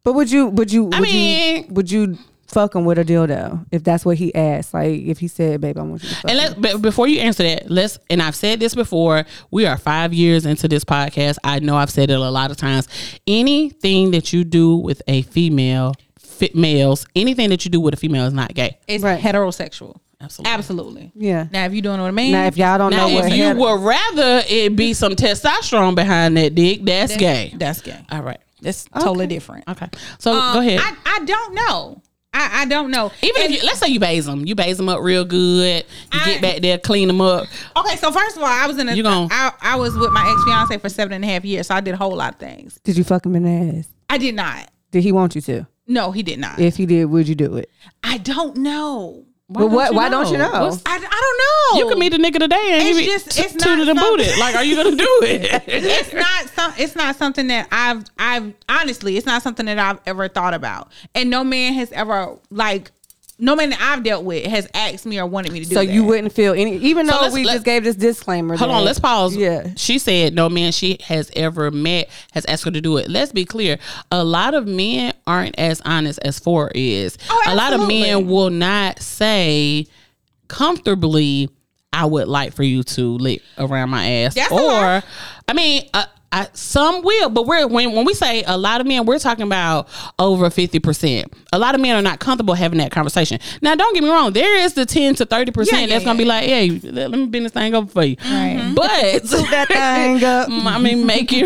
S3: But would you? Would you? Would
S1: I
S3: you,
S1: mean-
S3: would you fuck him with a dildo if that's what he asked? Like if he said, "Babe, I want you to fuck."
S1: And
S3: me."
S1: let, but before you answer that, let's and I've said this before. We are five years into this podcast. I know I've said it a lot of times. Anything that you do with a female, fit males, anything that you do with a female is not gay.
S4: It's
S3: Right.
S4: heterosexual.
S1: Absolutely.
S4: Absolutely.
S3: yeah.
S4: Now, if you doing it with a man,
S3: Now, if y'all don't
S1: Now,
S3: know what,
S1: if you
S3: heter-
S1: would rather it be some testosterone behind that dick, that's gay.
S4: that's gay.
S1: All right.
S4: That's totally different.
S1: Okay. So
S4: Um,
S1: go ahead.
S4: I, I don't know. I, I don't know.
S1: Even
S4: And-
S1: if you, let's say you bathe them, you bathe them up real good. You
S4: I-
S1: get back there, clean them up.
S4: okay, so first of all, I was in a
S1: You gon-
S4: I, I was with my ex fiance for seven and a half years, so I did a whole lot of things.
S3: did you fuck him in the ass?
S4: I did not.
S3: Did he want you to?
S4: No, he did not.
S3: If he did, would you do it?
S4: I don't know.
S3: But what- why don't you know?
S1: What's-
S4: I, I don't know.
S1: You can meet a nigga today and
S4: It's
S1: he be
S4: just-
S1: t-
S4: it's not
S1: tooted and
S4: something-
S1: booted. Like, are you gonna do it?
S4: it's not some, it's not something that I've I've honestly it's not something that I've ever thought about and no man has ever like no man that I've dealt with has asked me or wanted me to do
S3: So
S4: that.
S3: you wouldn't feel any, even
S1: So
S3: though
S1: let's-
S3: we
S1: let's-
S3: just gave this disclaimer.
S1: Hold on,
S3: that-
S1: let's pause.
S3: Yeah.
S1: She said no man she has ever met has asked her to do it. Let's be clear. A lot of men aren't as honest as four is.
S4: Oh,
S1: a lot of men
S4: absolutely.
S1: will not say comfortably, I would like for you to lick around my ass.
S4: That's a
S1: or
S4: lie.
S1: I mean, uh, I, some will, but we're when when we say a lot of men, we're talking about over fifty percent. A lot of men are not comfortable having that conversation. Now, don't get me wrong, there is the ten to thirty percent that's gonna be like, hey, let, let me bend this thing over for you.
S5: Mm-hmm.
S1: But
S3: Mm-hmm. that thing up.
S1: Mm, I mean, make it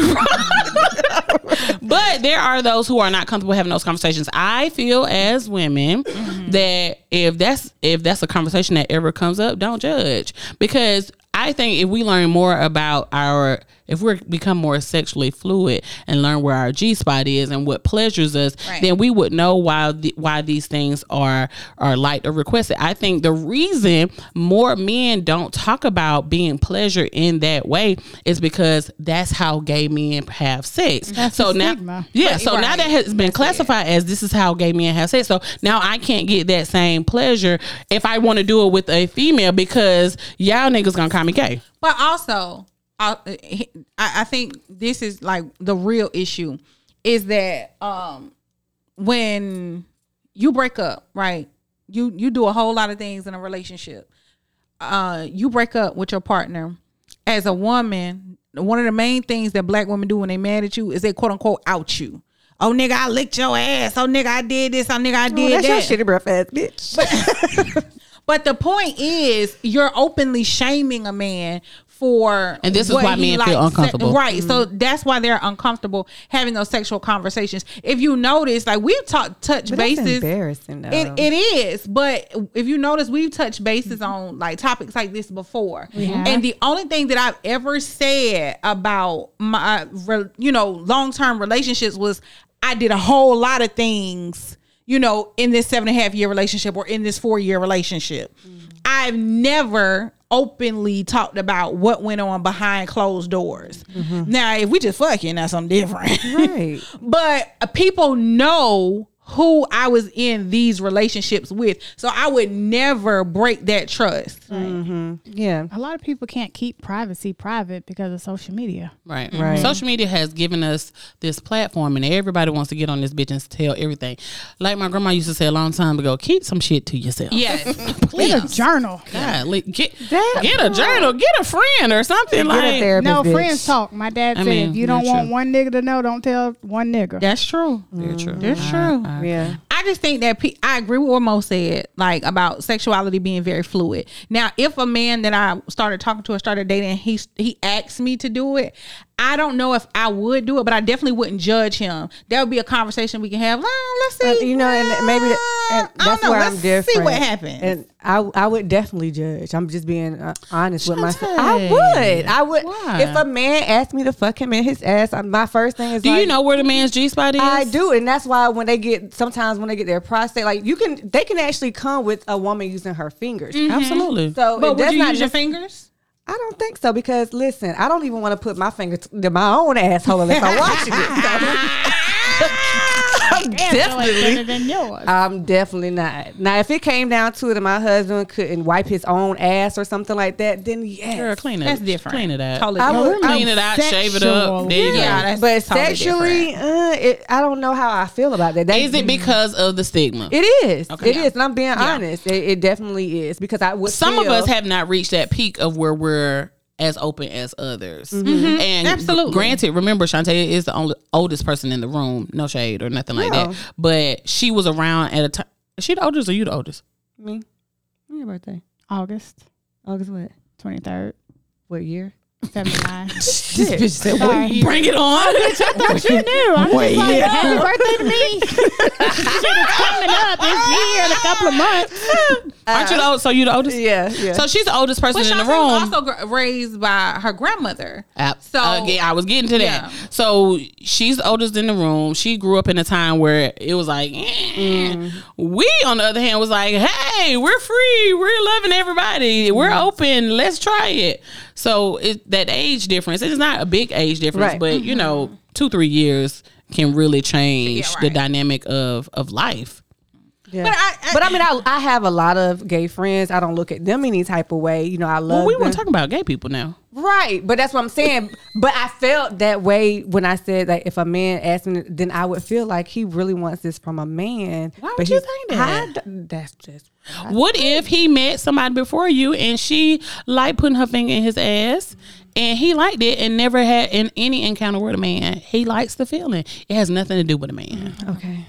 S1: right. but there are those who are not comfortable having those conversations. I feel as women that if that's if that's a conversation that ever comes up, don't judge because I think if we learn more about our if we become more sexually fluid and learn where our G spot is and what pleasures us, then we would know why the, why these things are are liked or requested. I think the reason more men don't talk about being pleasure in that way is because that's how gay men have sex. so
S5: the
S1: now,
S5: stigma.
S1: yeah. so now that has been classified as this is how gay men have sex. So now I can't get that same pleasure if I want to do it with a female because y'all niggas gonna call me gay.
S4: But also, I, I I think this is like the real issue is that um when you break up, right? You you do a whole lot of things in a relationship. Uh, you break up with your partner. As a woman, one of the main things that black women do when they mad at you is they quote unquote out you. Oh nigga, I licked your ass. Oh nigga, I did this. Oh nigga, I did
S3: That's
S4: that.
S3: your shitty breath ass bitch.
S4: But the point is, you're openly shaming a man for
S1: And this is
S4: what
S1: why
S4: he
S1: men feel
S4: likes.
S1: uncomfortable. Mm-hmm.
S4: right? So that's why they're uncomfortable having those sexual conversations. If you notice, like we've talked touch
S3: But that's
S4: bases.
S3: embarrassing though.
S4: It, it is, but if you notice, we've touched bases on like topics like this before,
S5: have.
S4: and the only thing that I've ever said about my, re- you know, long term relationships was I did a whole lot of things, you know, in this seven and a half year relationship or in this four year relationship. I've never openly talked about what went on behind closed doors. Now, if we just fucking, that's something different.
S3: right.
S4: but uh, people know who I was in these relationships with. So I would never break that trust.
S3: Yeah.
S5: A lot of people can't keep privacy private because of social media.
S1: Right.
S3: Right.
S1: Mm-hmm. Social media has given us this platform, and everybody wants to get on this bitch and tell everything. Like my grandma used to say a long time ago, keep some shit to yourself.
S4: Yes.
S5: Get a journal.
S1: God, li- get
S3: That-
S1: get a journal, get a friend or something
S3: Get a
S1: like.
S3: therapist.
S5: No,
S3: bitch.
S5: friends talk. My dad
S1: I
S5: said,
S1: mean,
S5: if you don't
S1: that's
S5: want
S1: true.
S5: one nigga to know, don't tell one nigga.
S4: That's true.
S1: Very true.
S4: That's true.
S5: Uh,
S3: Yeah.
S4: I just think that pe- I agree with what Mo said, like about sexuality being very fluid. Now, if a man that I started talking to or started dating, he he asked me to do it, I don't know if I would do it, but I definitely wouldn't judge him. That would be a conversation we can have. Well, let's see,
S3: Uh, you know, and maybe th- and
S4: I don't
S3: that's
S4: know.
S3: where
S4: let's
S3: I'm different.
S4: see what happens.
S3: And I, I would definitely judge. I'm just being uh, honest with myself. I would. I would.
S1: Why?
S3: If a man asked me to fuck him in his ass, I, my first thing is,
S1: Do you
S3: like,
S1: know where the man's G spot is?
S3: I do, and that's why when they get sometimes when they get their prostate, like you can, they can actually come with a woman using her fingers.
S1: Mm-hmm. Absolutely.
S3: So
S4: but
S3: it- that's
S4: would you
S3: not
S4: use your
S3: nec-
S4: fingers?
S3: I don't think so because listen, I don't even want to put my finger t- to my own asshole unless I'm watching it. So. I'm
S5: Definitely.
S3: definitely
S5: better than yours.
S3: I'm definitely not. Now, if it came down to it and my husband couldn't wipe his own ass or something like that, then yes.
S1: Girl, clean it.
S4: That's different.
S1: Clean it out.
S4: Totally
S3: I
S4: different.
S3: would-
S1: clean it out, shave it up.
S5: sexual.
S1: There you go.
S4: Yeah, that's
S3: but
S4: totally
S3: sexually, uh, it, I don't know how I feel about that. That-
S1: Is it because of the stigma?
S3: It is. It is,
S1: Yeah.
S3: and I'm being honest. It, it definitely is because I would.
S1: Some of
S3: feel-
S1: us have not reached that peak of where we're as open as others. And
S4: Absolutely.
S1: Granted, remember Shantae is the only oldest person in the room. No shade or nothing like
S3: No.
S1: that. But she was around at a time. Is she the oldest or you the oldest?
S3: me. When your birthday?
S5: August
S3: August what?
S5: 23rd,
S3: What year?
S5: 79.
S1: This bitch said,
S5: Sorry.
S1: "Wait, bring it on.
S5: you knew. I'm
S1: Wait,
S5: just like,
S1: yeah.
S5: happy birthday to me. Shit is coming up. It's here in a couple of months.
S1: Aren't you the old, so you the oldest?
S3: Yeah, yeah.
S1: So she's the oldest person
S4: But
S1: in the
S4: Shantae
S1: room.
S4: was also gr- raised by her grandmother.
S1: App.
S4: So-
S1: Uh, yeah, I was getting to that.
S4: Yeah.
S1: So she's the oldest in the room. She grew up in a time where it was like, eh.
S4: Mm-hmm.
S1: we on the other hand was like, hey, we're free, we're loving everybody, we're
S4: Mm-hmm.
S1: open, let's try it. So it, that age difference, it's not a big age difference,
S3: Right.
S1: but you
S4: Mm-hmm.
S1: know, two three years can really change
S4: Yeah,
S1: the
S4: right.
S1: dynamic of of life.
S3: Yeah.
S4: But I- I-
S3: but I mean, I, I have a lot of gay friends. I don't look at them any type of way. You know, I love
S1: Well, we
S3: them.
S1: weren't talking about gay people now.
S3: Right, but that's what I'm saying. but I felt that way when I said that if a man asked me, then I would feel like he really wants this from a man.
S1: Why
S3: but
S1: would you
S3: he's-
S1: think that?
S3: I d- that's just
S1: What if he met somebody before you and she liked putting her finger in his ass and he liked it and never had in any encounter with a man? He likes the feeling. It has nothing to do with a man.
S3: okay.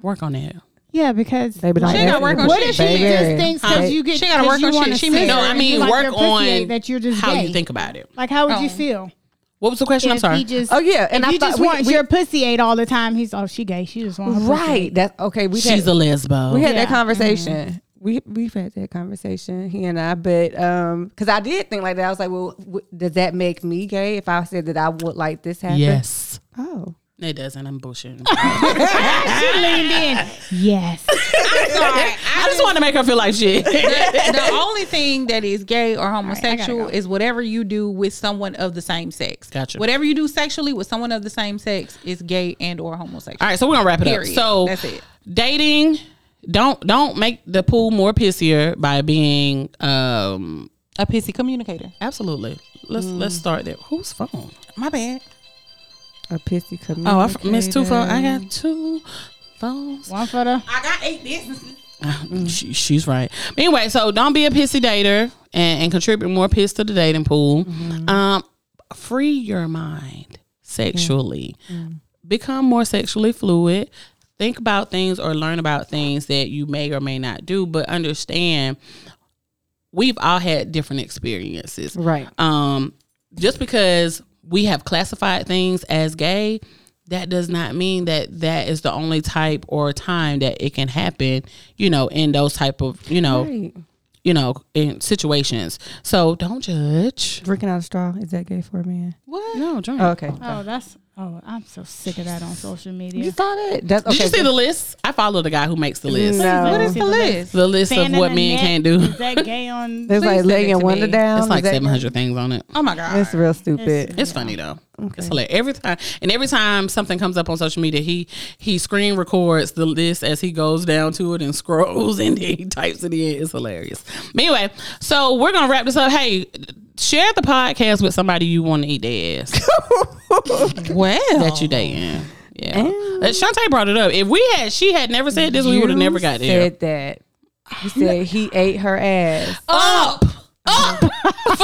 S1: Work on that.
S5: Yeah, because
S3: Baby, don't
S5: She
S3: ask
S5: gotta
S3: me.
S5: work on
S3: What
S5: shit,
S3: if she
S5: baby.
S3: just
S5: just
S3: thinks
S5: thinks
S3: 'cause
S5: you
S3: you
S5: get
S1: She gotta work on shit. She mean, no, I mean work on
S5: that you're just
S1: how
S5: gay.
S1: you think about it.
S5: Like, how would you feel?
S1: What was the question? I'm
S5: if
S1: sorry.
S5: He just,
S3: Oh, yeah, and
S5: if
S3: I
S5: you
S3: thought
S5: just
S3: we-
S5: want
S3: we-
S5: your pussy ate all the time. He's oh, she gay. She just wants
S3: Right. That's okay. We
S1: She's
S3: had,
S1: a lesbo.
S3: we had
S5: Yeah.
S3: that conversation. We we've had that conversation, he and I. But um, because I did think like that, I was like, well, w- does that make me gay if I said that I would like this happen?
S1: yes.
S3: Oh,
S1: It doesn't. I'm bullshitting.
S5: She leaned in. Yes.
S1: I just want to make her feel like shit.
S4: the only thing that is gay or homosexual
S5: go.
S4: is whatever you do with someone of the same sex.
S1: Gotcha.
S4: Whatever you do sexually with someone of the same sex is gay and or homosexual.
S1: All right, so we're gonna wrap it
S4: Period.
S1: up. So
S4: That's it.
S1: Dating. Don't don't make the pool more pissier by being um
S4: A pissy communicator.
S1: absolutely. Let's let's start there. Whose phone?
S4: My bad.
S3: a pissy community.
S1: Oh, I f- missed two phones. I got two phones. Uh, mm,
S5: One for the.
S4: I got eight businesses.
S1: She, she's right. But anyway, so don't be a pissy dater and, and contribute more piss to the dating pool.
S5: Mm-hmm.
S1: Um, free your mind sexually.
S3: Mm.
S1: Become more sexually fluid. Think about things or learn about things that you may or may not do, but understand we've all had different experiences.
S3: Right.
S1: Um, just because we have classified things as gay, that does not mean that that is the only type or time that it can happen. You know, in those type of you know
S3: Right.
S1: you know in situations. So don't judge. Uh,
S3: Drinking out of straw is that gay for a man?
S1: What? No, drink.
S3: Okay.
S5: Oh, that's. Oh, I'm so sick of that on social
S3: You
S5: media.
S3: saw that? That's
S1: Did
S3: okay.
S1: you see the list? I follow the guy who makes the list.
S5: Mm.
S3: No.
S4: What is the list?
S1: The list of
S5: Fan in
S1: what
S5: the
S1: men
S5: net.
S1: can't do.
S5: Is that gay on?
S3: There's
S4: Please
S3: like
S4: send it
S3: laying
S4: to
S3: and
S4: me.
S3: wonder down.
S1: It's
S3: Is
S1: like
S3: that-
S1: seven hundred things on it.
S4: Oh my god.
S3: It's real stupid.
S1: It's funny though. It's hilarious. Every time and every time something comes up on social media, he he screen records the list as he goes down to it and scrolls and then he types it in. It's hilarious. But anyway, so we're gonna wrap this up. Hey, share the podcast with somebody you want to eat their ass
S4: well,
S1: that you dating. Yeah, Uh, Shantae brought it up. If we had, she had never said this, we would have never got there.
S3: said that. You said he ate her ass.
S1: Up, up for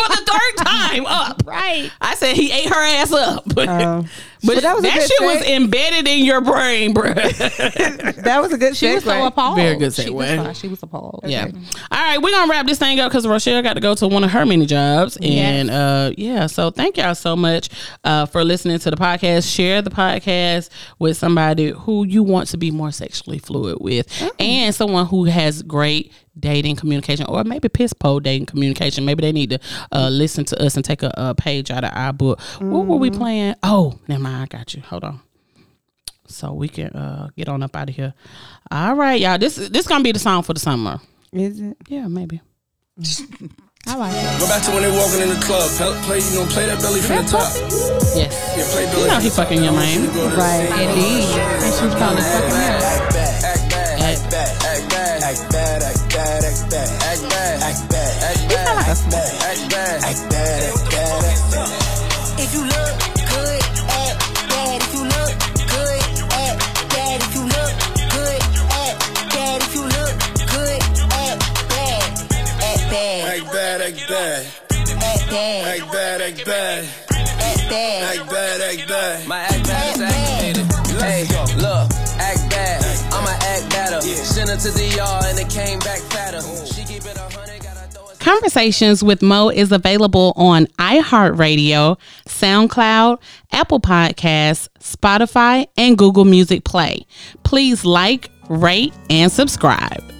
S1: the third time. Up,
S5: Right.
S1: I said he ate her ass up.
S3: Um,
S1: But
S3: But that
S1: that,
S3: was a good
S1: shit was
S3: segue.
S1: embedded in your brain, bruh.
S3: That was a good
S4: she was so
S3: segue.
S4: appalled.
S1: Very good
S4: She, that's
S1: segue.
S4: why she was appalled.
S1: yeah. All right, we're gonna wrap this thing up because Rochelle got to go to one of her many jobs, and uh, yeah. So thank y'all so much uh, for listening to the podcast. Share the podcast with somebody who you want to be more sexually fluid with, and someone who has great dating communication, or maybe piss pole dating communication. Maybe they need to uh, listen to us and take a, a page out of our book. What were we playing? Oh, never mind. I got you. Hold on so we can uh, get on up out of here. All right, y'all. This this gonna be the song for the summer.
S3: Is it?
S1: Yeah, maybe.
S5: I like it.
S6: Go back to when they walking in the club. Play, play you know, play that belly from the top.
S1: Yes.
S6: Yeah, play belly.
S1: You know he fucking your man.
S3: Right.
S4: Indeed. And she was probably fucking him.
S2: Act bad, act bad, act bad, act bad, act bad, act bad, act bad, act bad, act bad, act bad, act bad, act bad, act bad, act bad, act bad.
S7: If you look good, act bad. If you look good, act bad. If you look good, act bad. If you look good, act bad. Act bad,
S6: Act bad, act bad,
S7: act bad,
S6: act bad, act
S7: act
S6: bad,
S7: bad.
S6: act bad, act bad.
S8: My act bad is activated. Hey, look, act bad. I'ma act better. Sent her to the yard and it came back fatter. She keep it a hundred, gotta throw it.
S1: Conversations with Mo is available on iHeartRadio, SoundCloud, Apple Podcasts, Spotify, and Google Music Play. Please like, rate, and subscribe.